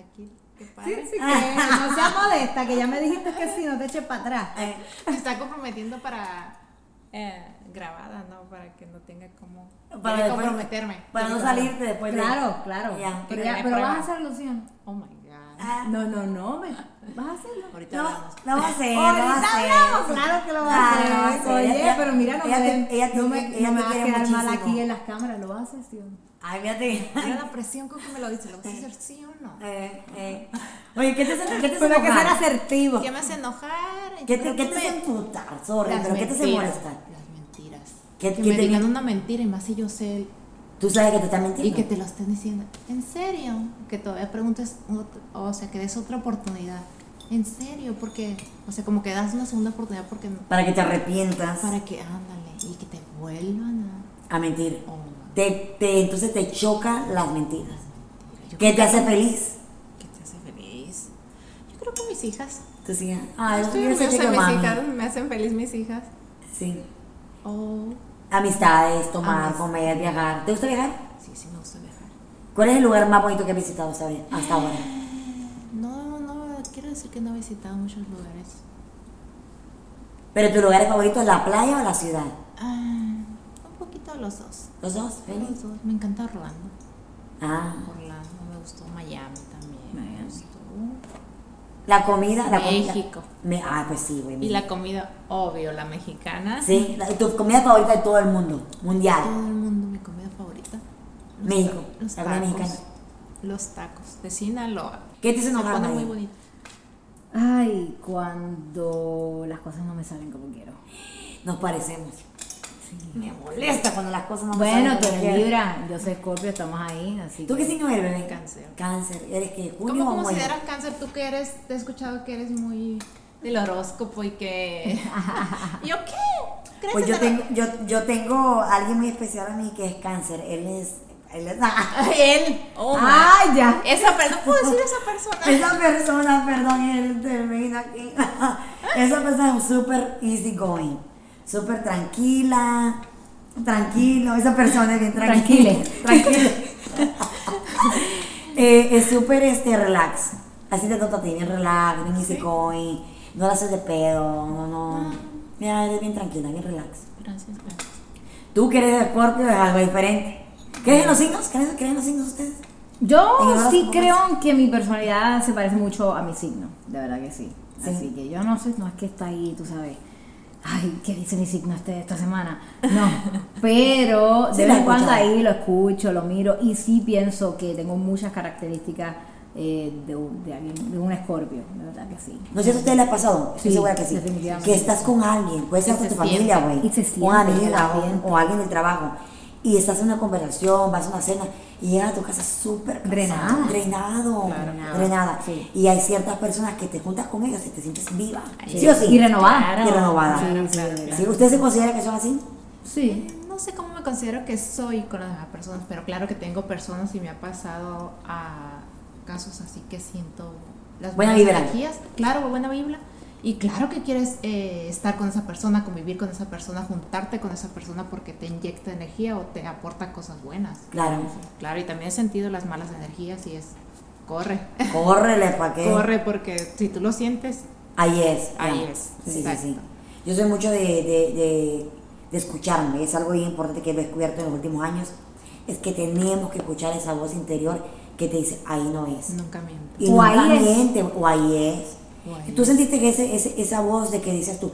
Speaker 5: Aquí, qué
Speaker 3: Sí,
Speaker 5: padre.
Speaker 3: sí, que no seas modesta, que ya me dijiste que sí, no te eches para atrás.
Speaker 1: Eh,
Speaker 5: Se está comprometiendo para.
Speaker 6: Eh, grabada, ¿no? Para que no tenga como.
Speaker 5: Para
Speaker 1: después-
Speaker 5: comprometerme.
Speaker 1: Para no salirte después de-
Speaker 3: Claro, claro.
Speaker 1: Ya. pues,
Speaker 3: Pero,
Speaker 6: Que
Speaker 3: ya-
Speaker 6: me
Speaker 3: pero vas a
Speaker 6: prueba.
Speaker 3: hacer ilusión.
Speaker 5: Oh my god.
Speaker 1: Ah,
Speaker 3: No, no, no, me- vas a hacerlo.
Speaker 5: Ahorita
Speaker 1: Lo,
Speaker 5: hablamos.
Speaker 1: lo va a hacer, lo va a
Speaker 3: Ahorita
Speaker 1: hacer.
Speaker 3: hablamos, claro que lo vas a
Speaker 1: Claro, lo va
Speaker 3: hacer. Oye,
Speaker 1: Ella-
Speaker 3: pero mira, no
Speaker 1: ella
Speaker 3: me,
Speaker 1: te-
Speaker 3: den-
Speaker 1: ella te-
Speaker 3: no me,
Speaker 1: ella
Speaker 3: no me
Speaker 1: te
Speaker 3: va a
Speaker 1: quiere
Speaker 3: quedar mal
Speaker 1: muchísimo.
Speaker 3: aquí en las cámaras, lo vas a hacer, sí. o no?
Speaker 1: Ay, fíjate.
Speaker 5: Mira la presión con que me lo dice. ¿Lo vas a hacer sí o no?
Speaker 1: Eh, eh. Oye, ¿qué te hace qué te hace
Speaker 3: Pero hay que ser
Speaker 1: enojar?
Speaker 3: asertivo.
Speaker 5: ¿Qué me hace enojar?
Speaker 1: ¿Qué
Speaker 5: Yo
Speaker 1: te,
Speaker 5: creo
Speaker 1: qué
Speaker 5: que
Speaker 1: te hace
Speaker 5: me-
Speaker 1: emputar? Sorry,
Speaker 5: Las
Speaker 1: pero ¿qué te hace
Speaker 5: mentiras,
Speaker 1: molestar?
Speaker 5: Las mentiras.
Speaker 1: ¿Qué-
Speaker 5: que
Speaker 1: qué
Speaker 5: me
Speaker 1: te-
Speaker 5: digan una mentira y más si yo sé
Speaker 1: Tú sabes que te están
Speaker 5: y
Speaker 1: mintiendo.
Speaker 5: que te lo estén diciendo. ¿En serio? Que todavía preguntes, ot- o sea, que des otra oportunidad. ¿En serio? Porque, o sea, como que das una segunda oportunidad porque no-
Speaker 1: Para que te arrepientas
Speaker 5: para que ándale y que te vuelvan
Speaker 1: a mentir.
Speaker 5: a... Oh, my
Speaker 1: Te, te, entonces te choca las mentiras.
Speaker 5: God. Yo
Speaker 1: ¿Qué
Speaker 5: creo
Speaker 1: te hace feliz?
Speaker 5: que te hace feliz? Yo creo que mis hijas.
Speaker 1: Tú decías, ah, ay,
Speaker 5: Estoy
Speaker 1: yo sé
Speaker 5: orgullosa
Speaker 1: que
Speaker 5: de mis
Speaker 1: mami.
Speaker 5: hijas, me hacen feliz mis hijas.
Speaker 1: Sí.
Speaker 5: Oh,
Speaker 1: Amistades, tomar,
Speaker 5: Amistades.
Speaker 1: comer, viajar. ¿Te gusta viajar?
Speaker 5: sí, sí me gusta viajar.
Speaker 1: ¿Cuál es el lugar más bonito que has visitado hasta ahora? Hasta ahora?
Speaker 5: No, no, quiero decir que no he visitado muchos lugares.
Speaker 1: Pero tu lugar favorito es la playa o la ciudad?
Speaker 5: Ah, un poquito los dos.
Speaker 1: Los dos, feliz.
Speaker 5: Los dos. Me encanta Orlando.
Speaker 1: Ah,
Speaker 5: Orlando me gustó, Miami también. Me gustó.
Speaker 1: la comida, la comida.
Speaker 5: México.
Speaker 1: Me, ah, pues sí, güey.
Speaker 5: Y la comida, obvio, la mexicana.
Speaker 1: Sí, la- tu comida favorita de todo el mundo, mundial.
Speaker 5: Todo el mundo, mi comida favorita.
Speaker 1: México,
Speaker 5: Los
Speaker 1: la comida mexicana.
Speaker 5: tacos. Los tacos de Sinaloa.
Speaker 1: ¿Qué te hizo
Speaker 5: Se
Speaker 1: enojar,
Speaker 5: pone muy
Speaker 1: María?
Speaker 5: bonito.
Speaker 3: Ay, cuando las cosas no me salen como quiero.
Speaker 1: Nos parecemos. Me molesta cuando las cosas no me
Speaker 3: Bueno,
Speaker 1: salen
Speaker 3: tú
Speaker 1: como
Speaker 3: eres
Speaker 1: quiero.
Speaker 3: Libra, yo soy Scorpio, estamos ahí, así
Speaker 1: ¿Tú qué
Speaker 3: que-
Speaker 1: signo eres, bebé?
Speaker 5: Cáncer.
Speaker 1: Cáncer. ¿Eres qué? ¿Junio
Speaker 5: ¿Cómo
Speaker 1: o mayo?
Speaker 5: consideras cáncer? Tú que eres, te he escuchado que eres muy del horóscopo y que... ¿Yo qué? ¿Crees
Speaker 1: Pues yo
Speaker 5: en el-
Speaker 1: tengo, yo, yo tengo a alguien muy especial a mí que es cáncer. Él es... Él es ah,
Speaker 5: Él. Oh, my.
Speaker 2: Ah,
Speaker 1: ¡Ay, ya!
Speaker 5: Esa persona, puedo decir esa persona.
Speaker 1: Esa persona, perdón, él termina aquí. Esa persona es súper easy going, súper tranquila, tranquilo. Esa persona es bien tranquila. Tranquila. Eh, es súper este, relax. Así te toca a ti, bien relax, bien easy going. No la haces de pedo, no, no. Mira, eres bien tranquila, bien relax.
Speaker 5: Gracias, gracias.
Speaker 1: Tú que eres de Scorpio es algo diferente. ¿Creen en los signos? ¿Creen, creen en los signos ustedes?
Speaker 3: Yo
Speaker 1: Tengo
Speaker 3: sí
Speaker 1: dos
Speaker 3: creo que mi personalidad se parece mucho a mi signo, de verdad que sí. Así que yo no sé, no es que está ahí, tú sabes. Ay, ¿qué dice mi signo este, esta semana? No, pero
Speaker 1: Sí lo
Speaker 3: de vez
Speaker 1: he
Speaker 3: en cuando
Speaker 1: escuchado.
Speaker 3: ahí lo escucho, lo miro y sí pienso que tengo muchas características eh, de, un- de alguien, de un escorpio, de verdad que sí.
Speaker 1: No sé si a ustedes les ha pasado, estoy
Speaker 3: Sí,
Speaker 1: segura que sí.
Speaker 3: definitivamente.
Speaker 1: Que estás con alguien, puede ser
Speaker 5: Y
Speaker 1: hasta tu
Speaker 5: se
Speaker 1: familia,
Speaker 5: siente,
Speaker 1: güey.
Speaker 3: y se
Speaker 1: Una
Speaker 3: siente,
Speaker 1: amiga
Speaker 3: la
Speaker 1: o- o,
Speaker 3: siente.
Speaker 1: alguien del trabajo. Y estás en una conversación, vas a una cena y llegas a tu casa súper cansado,
Speaker 3: Drenada.
Speaker 1: Drenado.
Speaker 3: Claro.
Speaker 1: Drenada.
Speaker 3: Sí.
Speaker 1: Y hay ciertas personas que te juntas con ellos y te sientes viva. Sí,
Speaker 3: Sí.
Speaker 1: o sí.
Speaker 3: Y renovada.
Speaker 1: Y renovada.
Speaker 3: Sí, sí, de verdad.
Speaker 1: Sí, ¿Ustedes se consideran que son así?
Speaker 3: Sí.
Speaker 5: No sé cómo me considero que soy con las demás personas, pero claro que tengo personas y me ha pasado a casos así que siento las
Speaker 1: Buena
Speaker 5: buenas
Speaker 1: vibra.
Speaker 5: energías, claro, buena vibra. Y claro que quieres eh, estar con esa persona, convivir con esa persona, juntarte con esa persona porque te inyecta energía o te aporta cosas buenas.
Speaker 1: Claro.
Speaker 5: Claro, y también he sentido las malas energías y es, corre,
Speaker 1: Córrele para que.
Speaker 5: corre porque si tú lo sientes,
Speaker 1: Ahí es.
Speaker 5: Ahí
Speaker 1: ya.
Speaker 5: es,
Speaker 1: Sí, sí, sí.
Speaker 5: exacto.
Speaker 1: Yo soy mucho de, de, de- de escucharme. Es algo bien importante que he descubierto en los últimos años. Es que tenemos que escuchar esa voz interior que te dice, ahí no es.
Speaker 5: nunca mientes.
Speaker 1: Y
Speaker 3: O
Speaker 1: nunca
Speaker 3: ahí es.
Speaker 1: miente, o ahí es.
Speaker 5: O ahí
Speaker 1: Tú sentiste que ese- ese- esa voz de que dices tú,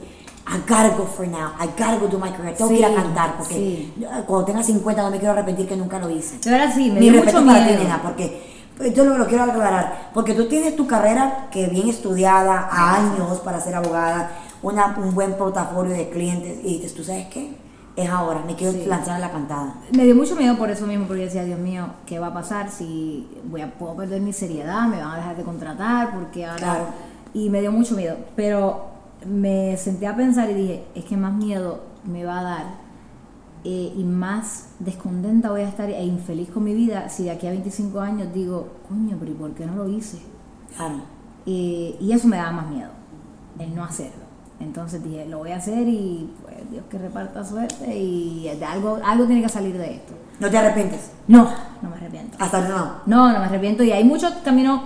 Speaker 1: I gotta go for now, I gotta go do my career, tengo que ir a
Speaker 3: Sí,
Speaker 1: cantar, porque
Speaker 3: sí.
Speaker 1: cuando tenga 50 no me quiero arrepentir que nunca lo hice.
Speaker 3: De verdad sí, me
Speaker 1: Mi
Speaker 3: dio
Speaker 1: respeto
Speaker 3: mucho
Speaker 1: para ti,
Speaker 3: miedo.
Speaker 1: nena, porque pues, yo lo, lo quiero aclarar, porque tú tienes tu carrera que bien estudiada, a años para ser abogada, una, un buen portafolio de clientes, y dices, ¿tú sabes qué? Es ahora, me quiero lanzar a la cantada.
Speaker 3: Me dio mucho miedo por eso mismo, porque yo decía, Dios mío, ¿qué va a pasar si voy a, puedo perder mi seriedad? ¿Me van a dejar de contratar? Porque ahora...
Speaker 1: Claro.
Speaker 3: Y me dio mucho miedo, pero me senté a pensar y dije, es que más miedo me va a dar eh, y más descontenta voy a estar e infeliz con mi vida si de aquí a 25 años digo, coño, pero ¿y por qué no lo hice?
Speaker 1: Claro.
Speaker 3: Eh, y eso me daba más miedo, el no hacerlo. Entonces dije, lo voy a hacer y pues Dios que reparta suerte y de algo, algo tiene que salir de esto.
Speaker 1: No te arrepientes,
Speaker 3: No, no me arrepiento.
Speaker 1: hasta ahorita no.
Speaker 3: No, no me arrepiento y hay muchos caminos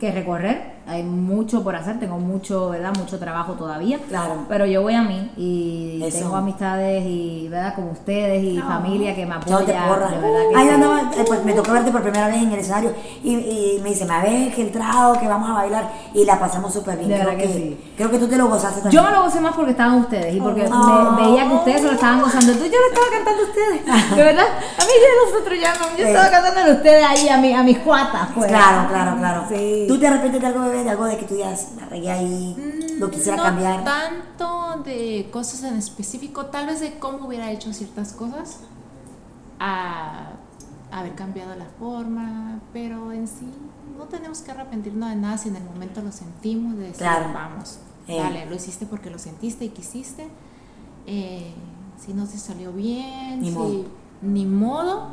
Speaker 3: que recorrer, hay mucho por hacer, tengo mucho, ¿verdad? Mucho trabajo todavía.
Speaker 1: Claro.
Speaker 3: Pero yo voy a mí y
Speaker 1: Eso.
Speaker 3: tengo amistades y, ¿verdad? Como ustedes y familia que me apoya.
Speaker 1: Chao, te porra.
Speaker 3: de verdad que
Speaker 1: Ay,
Speaker 3: sí.
Speaker 1: andaba, eh, pues me tocó verte por primera vez en el escenario y, y me dice, me ves que el trago, que vamos a bailar y la pasamos súper bien.
Speaker 3: De
Speaker 1: creo
Speaker 3: verdad que sí.
Speaker 1: creo que tú te lo gozaste también.
Speaker 3: Yo me lo gocé más porque estaban ustedes y porque
Speaker 1: Oh.
Speaker 3: me- veía que ustedes se lo estaban gozando. Tú, yo lo estaba cantando a ustedes. De verdad, a mí ya nosotros ya no. Yo
Speaker 1: Sí.
Speaker 3: estaba cantando a ustedes ahí, a, mi, a mis cuatas. Pues.
Speaker 1: Claro, claro, claro.
Speaker 3: Sí.
Speaker 1: ¿Tú te arrepientes de algo, bebé? De algo de que tú digas, la regué ahí, lo quisiera
Speaker 5: Mm, no
Speaker 1: cambiar.
Speaker 5: tanto de cosas en específico, tal vez de cómo hubiera hecho ciertas cosas, a haber cambiado la forma, pero en sí no tenemos que arrepentirnos de nada si en el momento lo sentimos, de decir,
Speaker 1: Claro.
Speaker 5: vamos,
Speaker 1: Eh.
Speaker 5: dale, lo hiciste porque lo sentiste y quisiste, eh, si no te salió bien,
Speaker 1: Ni
Speaker 5: si-
Speaker 1: modo.
Speaker 5: ni modo,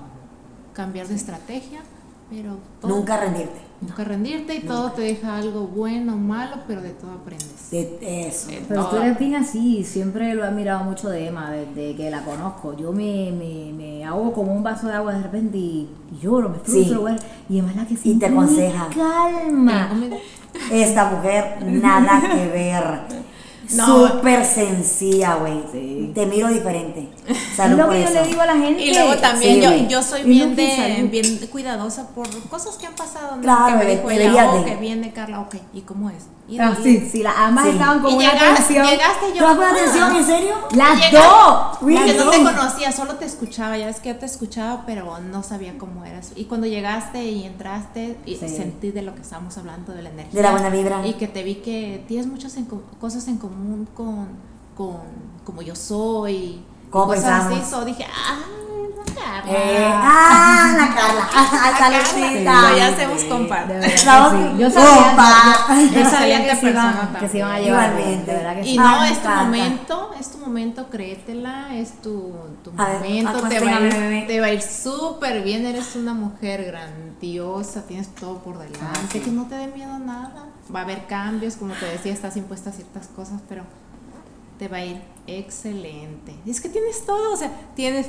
Speaker 5: cambiar de estrategia, pero todo-
Speaker 1: Nunca rendirte.
Speaker 5: Nunca rendirte y todo te deja algo bueno o malo, pero de todo aprendes.
Speaker 1: De eso.
Speaker 5: Eh,
Speaker 3: Pero tú
Speaker 5: todo.
Speaker 3: eres bien así, siempre lo he admirado mucho de Emma, desde que la conozco. Yo me, me, me ahogo como un vaso de agua de repente y, y lloro, me
Speaker 1: Sí.
Speaker 3: frustro, güey. Y Emma es la que
Speaker 1: Y te aconseja.
Speaker 3: me calma.
Speaker 5: Tengo mi-
Speaker 1: Esta mujer, nada que ver.
Speaker 5: No.
Speaker 1: Súper sencilla, güey.
Speaker 3: Sí.
Speaker 1: Te miro diferente.
Speaker 3: Es
Speaker 1: Salud
Speaker 3: lo
Speaker 1: por
Speaker 3: que yo
Speaker 1: eso.
Speaker 3: le digo a la gente.
Speaker 5: Y luego también
Speaker 1: Sí, güey.
Speaker 5: yo, yo soy
Speaker 3: Y
Speaker 5: bien,
Speaker 3: nunca
Speaker 5: de,
Speaker 3: salud.
Speaker 5: bien cuidadosa por cosas que han pasado. ¿no?
Speaker 1: Claro,
Speaker 5: que me
Speaker 1: bebé,
Speaker 5: dijo ella,
Speaker 1: deberías
Speaker 5: "Oh,
Speaker 1: de".
Speaker 5: que viene Carla, ok, ¿y cómo es? Y,
Speaker 3: Ah,
Speaker 5: y-
Speaker 3: sí, sí, las ambas
Speaker 1: Sí.
Speaker 3: estaban con
Speaker 5: Y
Speaker 3: una
Speaker 5: llegaste-
Speaker 3: atención.
Speaker 5: llegaste
Speaker 1: ¿Tú
Speaker 5: yo.
Speaker 1: vas con atención, en serio?
Speaker 3: Las
Speaker 5: Llegaste-
Speaker 3: dos.
Speaker 1: Uy,
Speaker 5: Porque no te
Speaker 1: no.
Speaker 5: conocía, solo te escuchaba, ya ves que yo te escuchaba, pero no sabía cómo eras. Y cuando llegaste y entraste, y
Speaker 1: Sí.
Speaker 5: sentí de lo que estábamos hablando, de la energía.
Speaker 1: De la buena vibra.
Speaker 5: Y que te vi que tienes muchas en co- cosas en común con, con como yo soy.
Speaker 1: ¿Cómo
Speaker 5: cosas
Speaker 1: pensamos?
Speaker 5: así, so dije, ah, la Carla".
Speaker 1: Eh, ah, la Carla. Ah,
Speaker 5: La
Speaker 1: Carla,
Speaker 5: Carla. So, ya
Speaker 1: sí,
Speaker 5: hacemos compa.
Speaker 3: De verdad que
Speaker 1: La
Speaker 3: sí.
Speaker 1: otra-
Speaker 3: Yo sabía,
Speaker 1: Opa.
Speaker 3: yo sabía que,
Speaker 5: Excelente
Speaker 3: se iban,
Speaker 5: persona
Speaker 3: que se iban a
Speaker 1: también.
Speaker 3: llevar. bien,
Speaker 1: Igualmente.
Speaker 3: De verdad que sí.
Speaker 5: Y
Speaker 1: Ah,
Speaker 5: no,
Speaker 1: me
Speaker 5: es tu
Speaker 1: encanta.
Speaker 5: momento, es tu momento, créetela, es tu, tu
Speaker 1: A ver,
Speaker 5: momento, te va, a
Speaker 1: aconséjame, bebé.
Speaker 5: ir, te va a ir súper bien, eres una mujer grandiosa, tienes todo
Speaker 1: Ah,
Speaker 5: por delante, que no te dé miedo a nada, va a haber cambios, como te decía, estás impuesta a ciertas cosas, pero te va a ir excelente. Y Es que tienes todo, o sea, tienes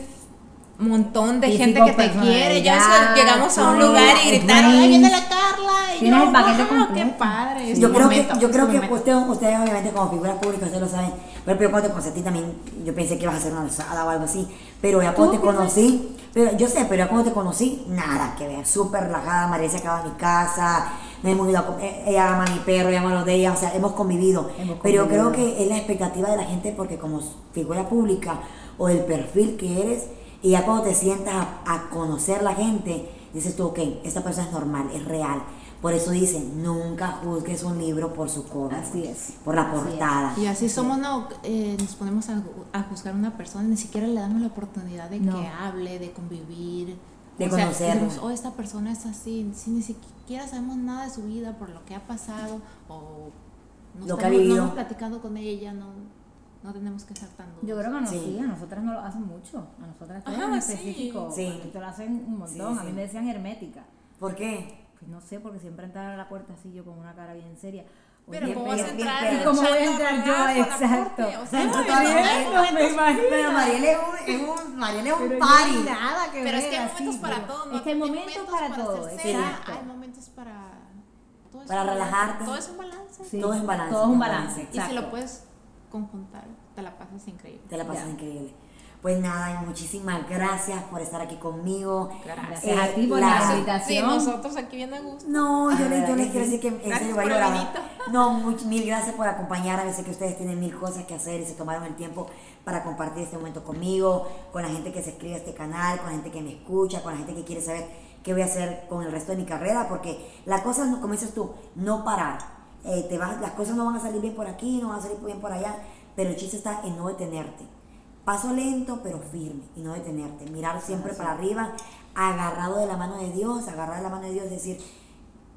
Speaker 5: un montón de
Speaker 3: Físico,
Speaker 5: gente que te quiere, ya
Speaker 3: personalidad,
Speaker 5: llegamos a un
Speaker 3: todo,
Speaker 5: lugar y gritaron, ahí
Speaker 3: twins".
Speaker 5: viene la Carla, y
Speaker 3: Tienes
Speaker 5: yo,
Speaker 3: el paquete
Speaker 5: "Guau, qué
Speaker 3: completo".
Speaker 5: padre, es
Speaker 1: Yo
Speaker 5: tu
Speaker 1: creo
Speaker 5: momento,
Speaker 1: que, yo
Speaker 5: es
Speaker 1: creo
Speaker 5: tu
Speaker 1: que
Speaker 5: momento.
Speaker 1: ustedes, ustedes obviamente como figuras públicas, ustedes lo saben, pero, pero cuando te conocí también, yo pensé que ibas a hacer una alzada o algo así, pero ya cuando te
Speaker 5: pues,
Speaker 1: conocí, pero yo sé, pero ya cuando te conocí, nada, que ver, súper relajada, María se acaba de mi casa, nos hemos ido a comer, ella ama a mi perro, ella ama a los de ella, o sea, hemos convivido,
Speaker 3: Hemos
Speaker 1: pero creo
Speaker 3: convivido.
Speaker 1: que es la expectativa de la gente porque como figura pública o el perfil que eres, y ya cuando te sientas a, a conocer la gente, dices tú, ok, esta persona es normal, es real. Por eso dicen, nunca juzgues un libro por su cover,
Speaker 3: Así es.
Speaker 1: por la
Speaker 3: Así es.
Speaker 1: portada.
Speaker 5: Y así somos, no, eh, nos ponemos a, ju- a juzgar a una persona, ni siquiera le damos la oportunidad de
Speaker 3: No.
Speaker 5: que hable, de convivir.
Speaker 1: De
Speaker 5: O sea,
Speaker 1: conocerla.
Speaker 5: decimos, oh, esta persona es así, si ni siquiera sabemos nada de su vida, por lo que ha pasado, o no,
Speaker 1: Lo que
Speaker 5: estamos-
Speaker 1: ha vivido.
Speaker 5: no hemos platicado con ella, no, no tenemos que estar tan duros.
Speaker 3: Yo creo que a nos-
Speaker 1: Sí.
Speaker 3: sí, a nosotras no lo hacen mucho. A nosotras tres
Speaker 5: Ajá,
Speaker 3: en
Speaker 5: sí.
Speaker 3: específico.
Speaker 1: Sí.
Speaker 3: A ti te lo hacen un montón.
Speaker 1: Sí,
Speaker 3: A
Speaker 1: sí.
Speaker 3: mí me decían hermética.
Speaker 1: ¿Por qué?
Speaker 3: Pues no sé, porque siempre entraba a la puerta así yo con una cara bien seria.
Speaker 5: Pero
Speaker 3: Oye,
Speaker 5: ¿cómo vas a
Speaker 1: bien,
Speaker 5: entrar?
Speaker 1: bien,
Speaker 3: ¿y ¿Cómo voy a
Speaker 5: echando
Speaker 3: entrar
Speaker 5: relajo a
Speaker 3: yo?
Speaker 5: la
Speaker 3: Exacto.
Speaker 5: corte? O sea,
Speaker 1: Exacto,
Speaker 5: no,
Speaker 1: todavía
Speaker 5: no,
Speaker 1: no,
Speaker 5: no,
Speaker 1: me imagino. Pero Mariel es un, es un, Mariel es un
Speaker 3: Pero
Speaker 1: party.
Speaker 3: no hay nada que
Speaker 5: Pero es que hay
Speaker 3: ver,
Speaker 5: momentos
Speaker 3: así,
Speaker 5: para
Speaker 3: pero-
Speaker 5: todo, ¿no?
Speaker 3: Es que hay momentos, para, todo.
Speaker 5: hacer
Speaker 1: sí.
Speaker 5: cera,
Speaker 3: exacto.
Speaker 5: hay momentos para... todo es
Speaker 1: Para
Speaker 5: un balance,
Speaker 1: relajarte.
Speaker 5: Todo es un balance.
Speaker 3: Sí,
Speaker 1: Todo es un balance,
Speaker 3: Todo es
Speaker 1: todo es
Speaker 3: un
Speaker 1: un
Speaker 3: balance.
Speaker 1: balance.
Speaker 5: Y si
Speaker 3: exacto.
Speaker 5: lo puedes conjuntar, te la pasas increíble.
Speaker 1: Te la pasas
Speaker 3: Ya.
Speaker 1: increíble. Pues nada, y muchísimas gracias por estar aquí conmigo. Eh,
Speaker 5: Gracias.
Speaker 3: Gracias a ti por
Speaker 1: la-
Speaker 3: la,
Speaker 1: Sí,
Speaker 5: Sí,
Speaker 3: invitación.
Speaker 5: nosotros aquí bien a gusto.
Speaker 1: No, yo les, yo
Speaker 3: verdad
Speaker 1: les
Speaker 3: que
Speaker 1: quiero
Speaker 3: sí.
Speaker 1: decir que en
Speaker 5: Ah, Gracias
Speaker 1: serio
Speaker 5: por el
Speaker 1: valoraba.
Speaker 5: vinito.
Speaker 1: No, much- mil gracias por acompañar. A veces que ustedes tienen mil cosas que hacer y se tomaron el tiempo para compartir este momento conmigo, con la gente que se escribe a este canal, con la gente que me escucha, con la gente que quiere saber qué voy a hacer con el resto de mi carrera, porque la cosa, no- como dices tú, no parar. Eh, te vas, las cosas no van a salir bien por aquí, no van a salir bien por allá, pero el chiste está en no detenerte. Paso lento pero firme y no detenerte. Mirar siempre para arriba, agarrado de la mano de Dios, agarrado de la mano de Dios, decir,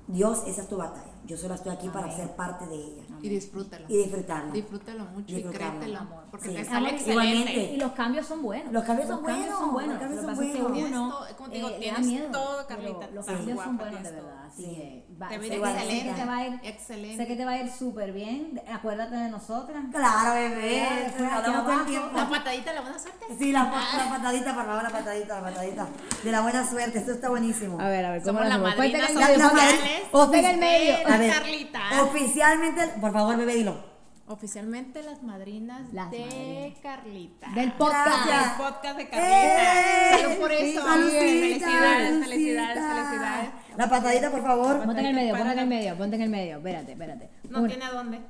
Speaker 1: Dios, esa es tu batalla. Yo solo estoy aquí para ser parte de ella
Speaker 5: Y disfrútalo.
Speaker 1: y disfrutarla.
Speaker 5: Disfrútalo mucho
Speaker 1: Disfrútalo.
Speaker 5: y créetelo.
Speaker 1: Amor.
Speaker 5: Porque
Speaker 1: Sí.
Speaker 5: te sale
Speaker 3: Amor,
Speaker 5: excelente.
Speaker 1: igualmente.
Speaker 3: Y los cambios son buenos.
Speaker 1: Los cambios son buenos, los
Speaker 3: buenos.
Speaker 1: cambios
Speaker 3: Lo
Speaker 1: son
Speaker 3: que pasa es que
Speaker 1: buenos.
Speaker 5: Tienes
Speaker 3: uno,
Speaker 5: todo, como te digo,
Speaker 3: eh, le da
Speaker 5: tienes
Speaker 3: miedo,
Speaker 5: todo,
Speaker 3: pero
Speaker 5: Carlita,
Speaker 3: los
Speaker 5: tan
Speaker 3: cambios son
Speaker 5: guapa,
Speaker 3: buenos de
Speaker 5: tienes
Speaker 3: verdad. Así
Speaker 1: Sí.
Speaker 3: que va-
Speaker 5: Te ves
Speaker 3: sé que- sé
Speaker 1: excelente,
Speaker 3: que te va a ir-
Speaker 5: excelente.
Speaker 3: Sé que te va a ir súper bien. Acuérdate de nosotras.
Speaker 1: Claro,
Speaker 3: Ya,
Speaker 1: bebé. Te
Speaker 3: fuera,
Speaker 1: hablamos
Speaker 3: ya
Speaker 1: todo el
Speaker 3: abajo.
Speaker 1: tiempo.
Speaker 5: La patadita, la buena suerte.
Speaker 1: Sí, la, la patadita, por favor, la patadita, la patadita. De la buena suerte, esto está buenísimo.
Speaker 3: A ver, a ver, ¿cómo
Speaker 5: Somos
Speaker 3: las
Speaker 5: la
Speaker 3: hacemos? Ponte
Speaker 5: madrina,
Speaker 3: en
Speaker 5: somos
Speaker 3: el medio,
Speaker 5: la
Speaker 3: ponte-
Speaker 5: madrina.
Speaker 3: ponte en el medio.
Speaker 5: Espera. Carlita.
Speaker 1: Oficialmente, por favor, bebé, dilo.
Speaker 5: Oficialmente las madrinas
Speaker 3: Las
Speaker 5: de
Speaker 3: madrinas.
Speaker 5: Carlita.
Speaker 3: Del podcast.
Speaker 1: Gracias.
Speaker 5: El podcast de Carlita.
Speaker 1: ¡Eh!
Speaker 5: Salud por eso.
Speaker 1: Salucita,
Speaker 5: Felicidades,
Speaker 1: salucita.
Speaker 5: felicidades, felicidades.
Speaker 1: La patadita, por favor.
Speaker 3: Ponte en el medio, ponte en el medio, ponte en el medio. Espérate, espérate.
Speaker 5: No
Speaker 3: Una.
Speaker 5: tiene a dónde.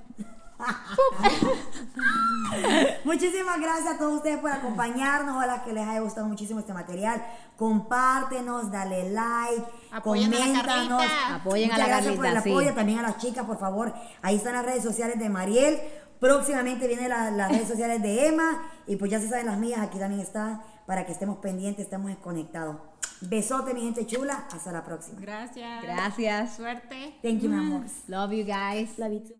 Speaker 1: Muchísimas gracias a todos ustedes por acompañarnos. Ojalá que les haya gustado muchísimo este material. Compártenos, dale like,
Speaker 5: Apoyen a la
Speaker 1: coméntanos.
Speaker 5: Carlita.
Speaker 3: Apoyen a
Speaker 1: Muchas
Speaker 3: la
Speaker 1: gracias por el
Speaker 3: Carlita, sí.
Speaker 1: apoyo. También a las chicas, por favor. Ahí están las redes sociales de Mariel. Próximamente vienen la- las redes sociales de Emma. Y pues ya se saben las mías, aquí también están. Para que estemos pendientes, estemos conectados. Besote, mi gente chula. Hasta la próxima.
Speaker 5: Gracias.
Speaker 3: Gracias.
Speaker 5: Suerte.
Speaker 1: Thank you, mi
Speaker 5: Mm.
Speaker 1: amor.
Speaker 3: Love you guys.
Speaker 1: Love you too.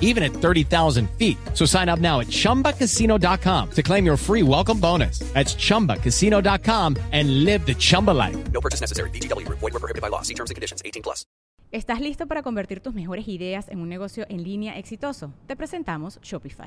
Speaker 7: even at 30,000 feet. So sign up now at chumbacasino.com to claim your free welcome bonus. That's chumbacasino.com and live the Chumba life.
Speaker 8: No purchase necessary. BGW. Void were prohibited by law. See terms and conditions. 18 plus.
Speaker 9: ¿Estás listo para convertir tus mejores ideas en un negocio en línea exitoso? Te presentamos Shopify.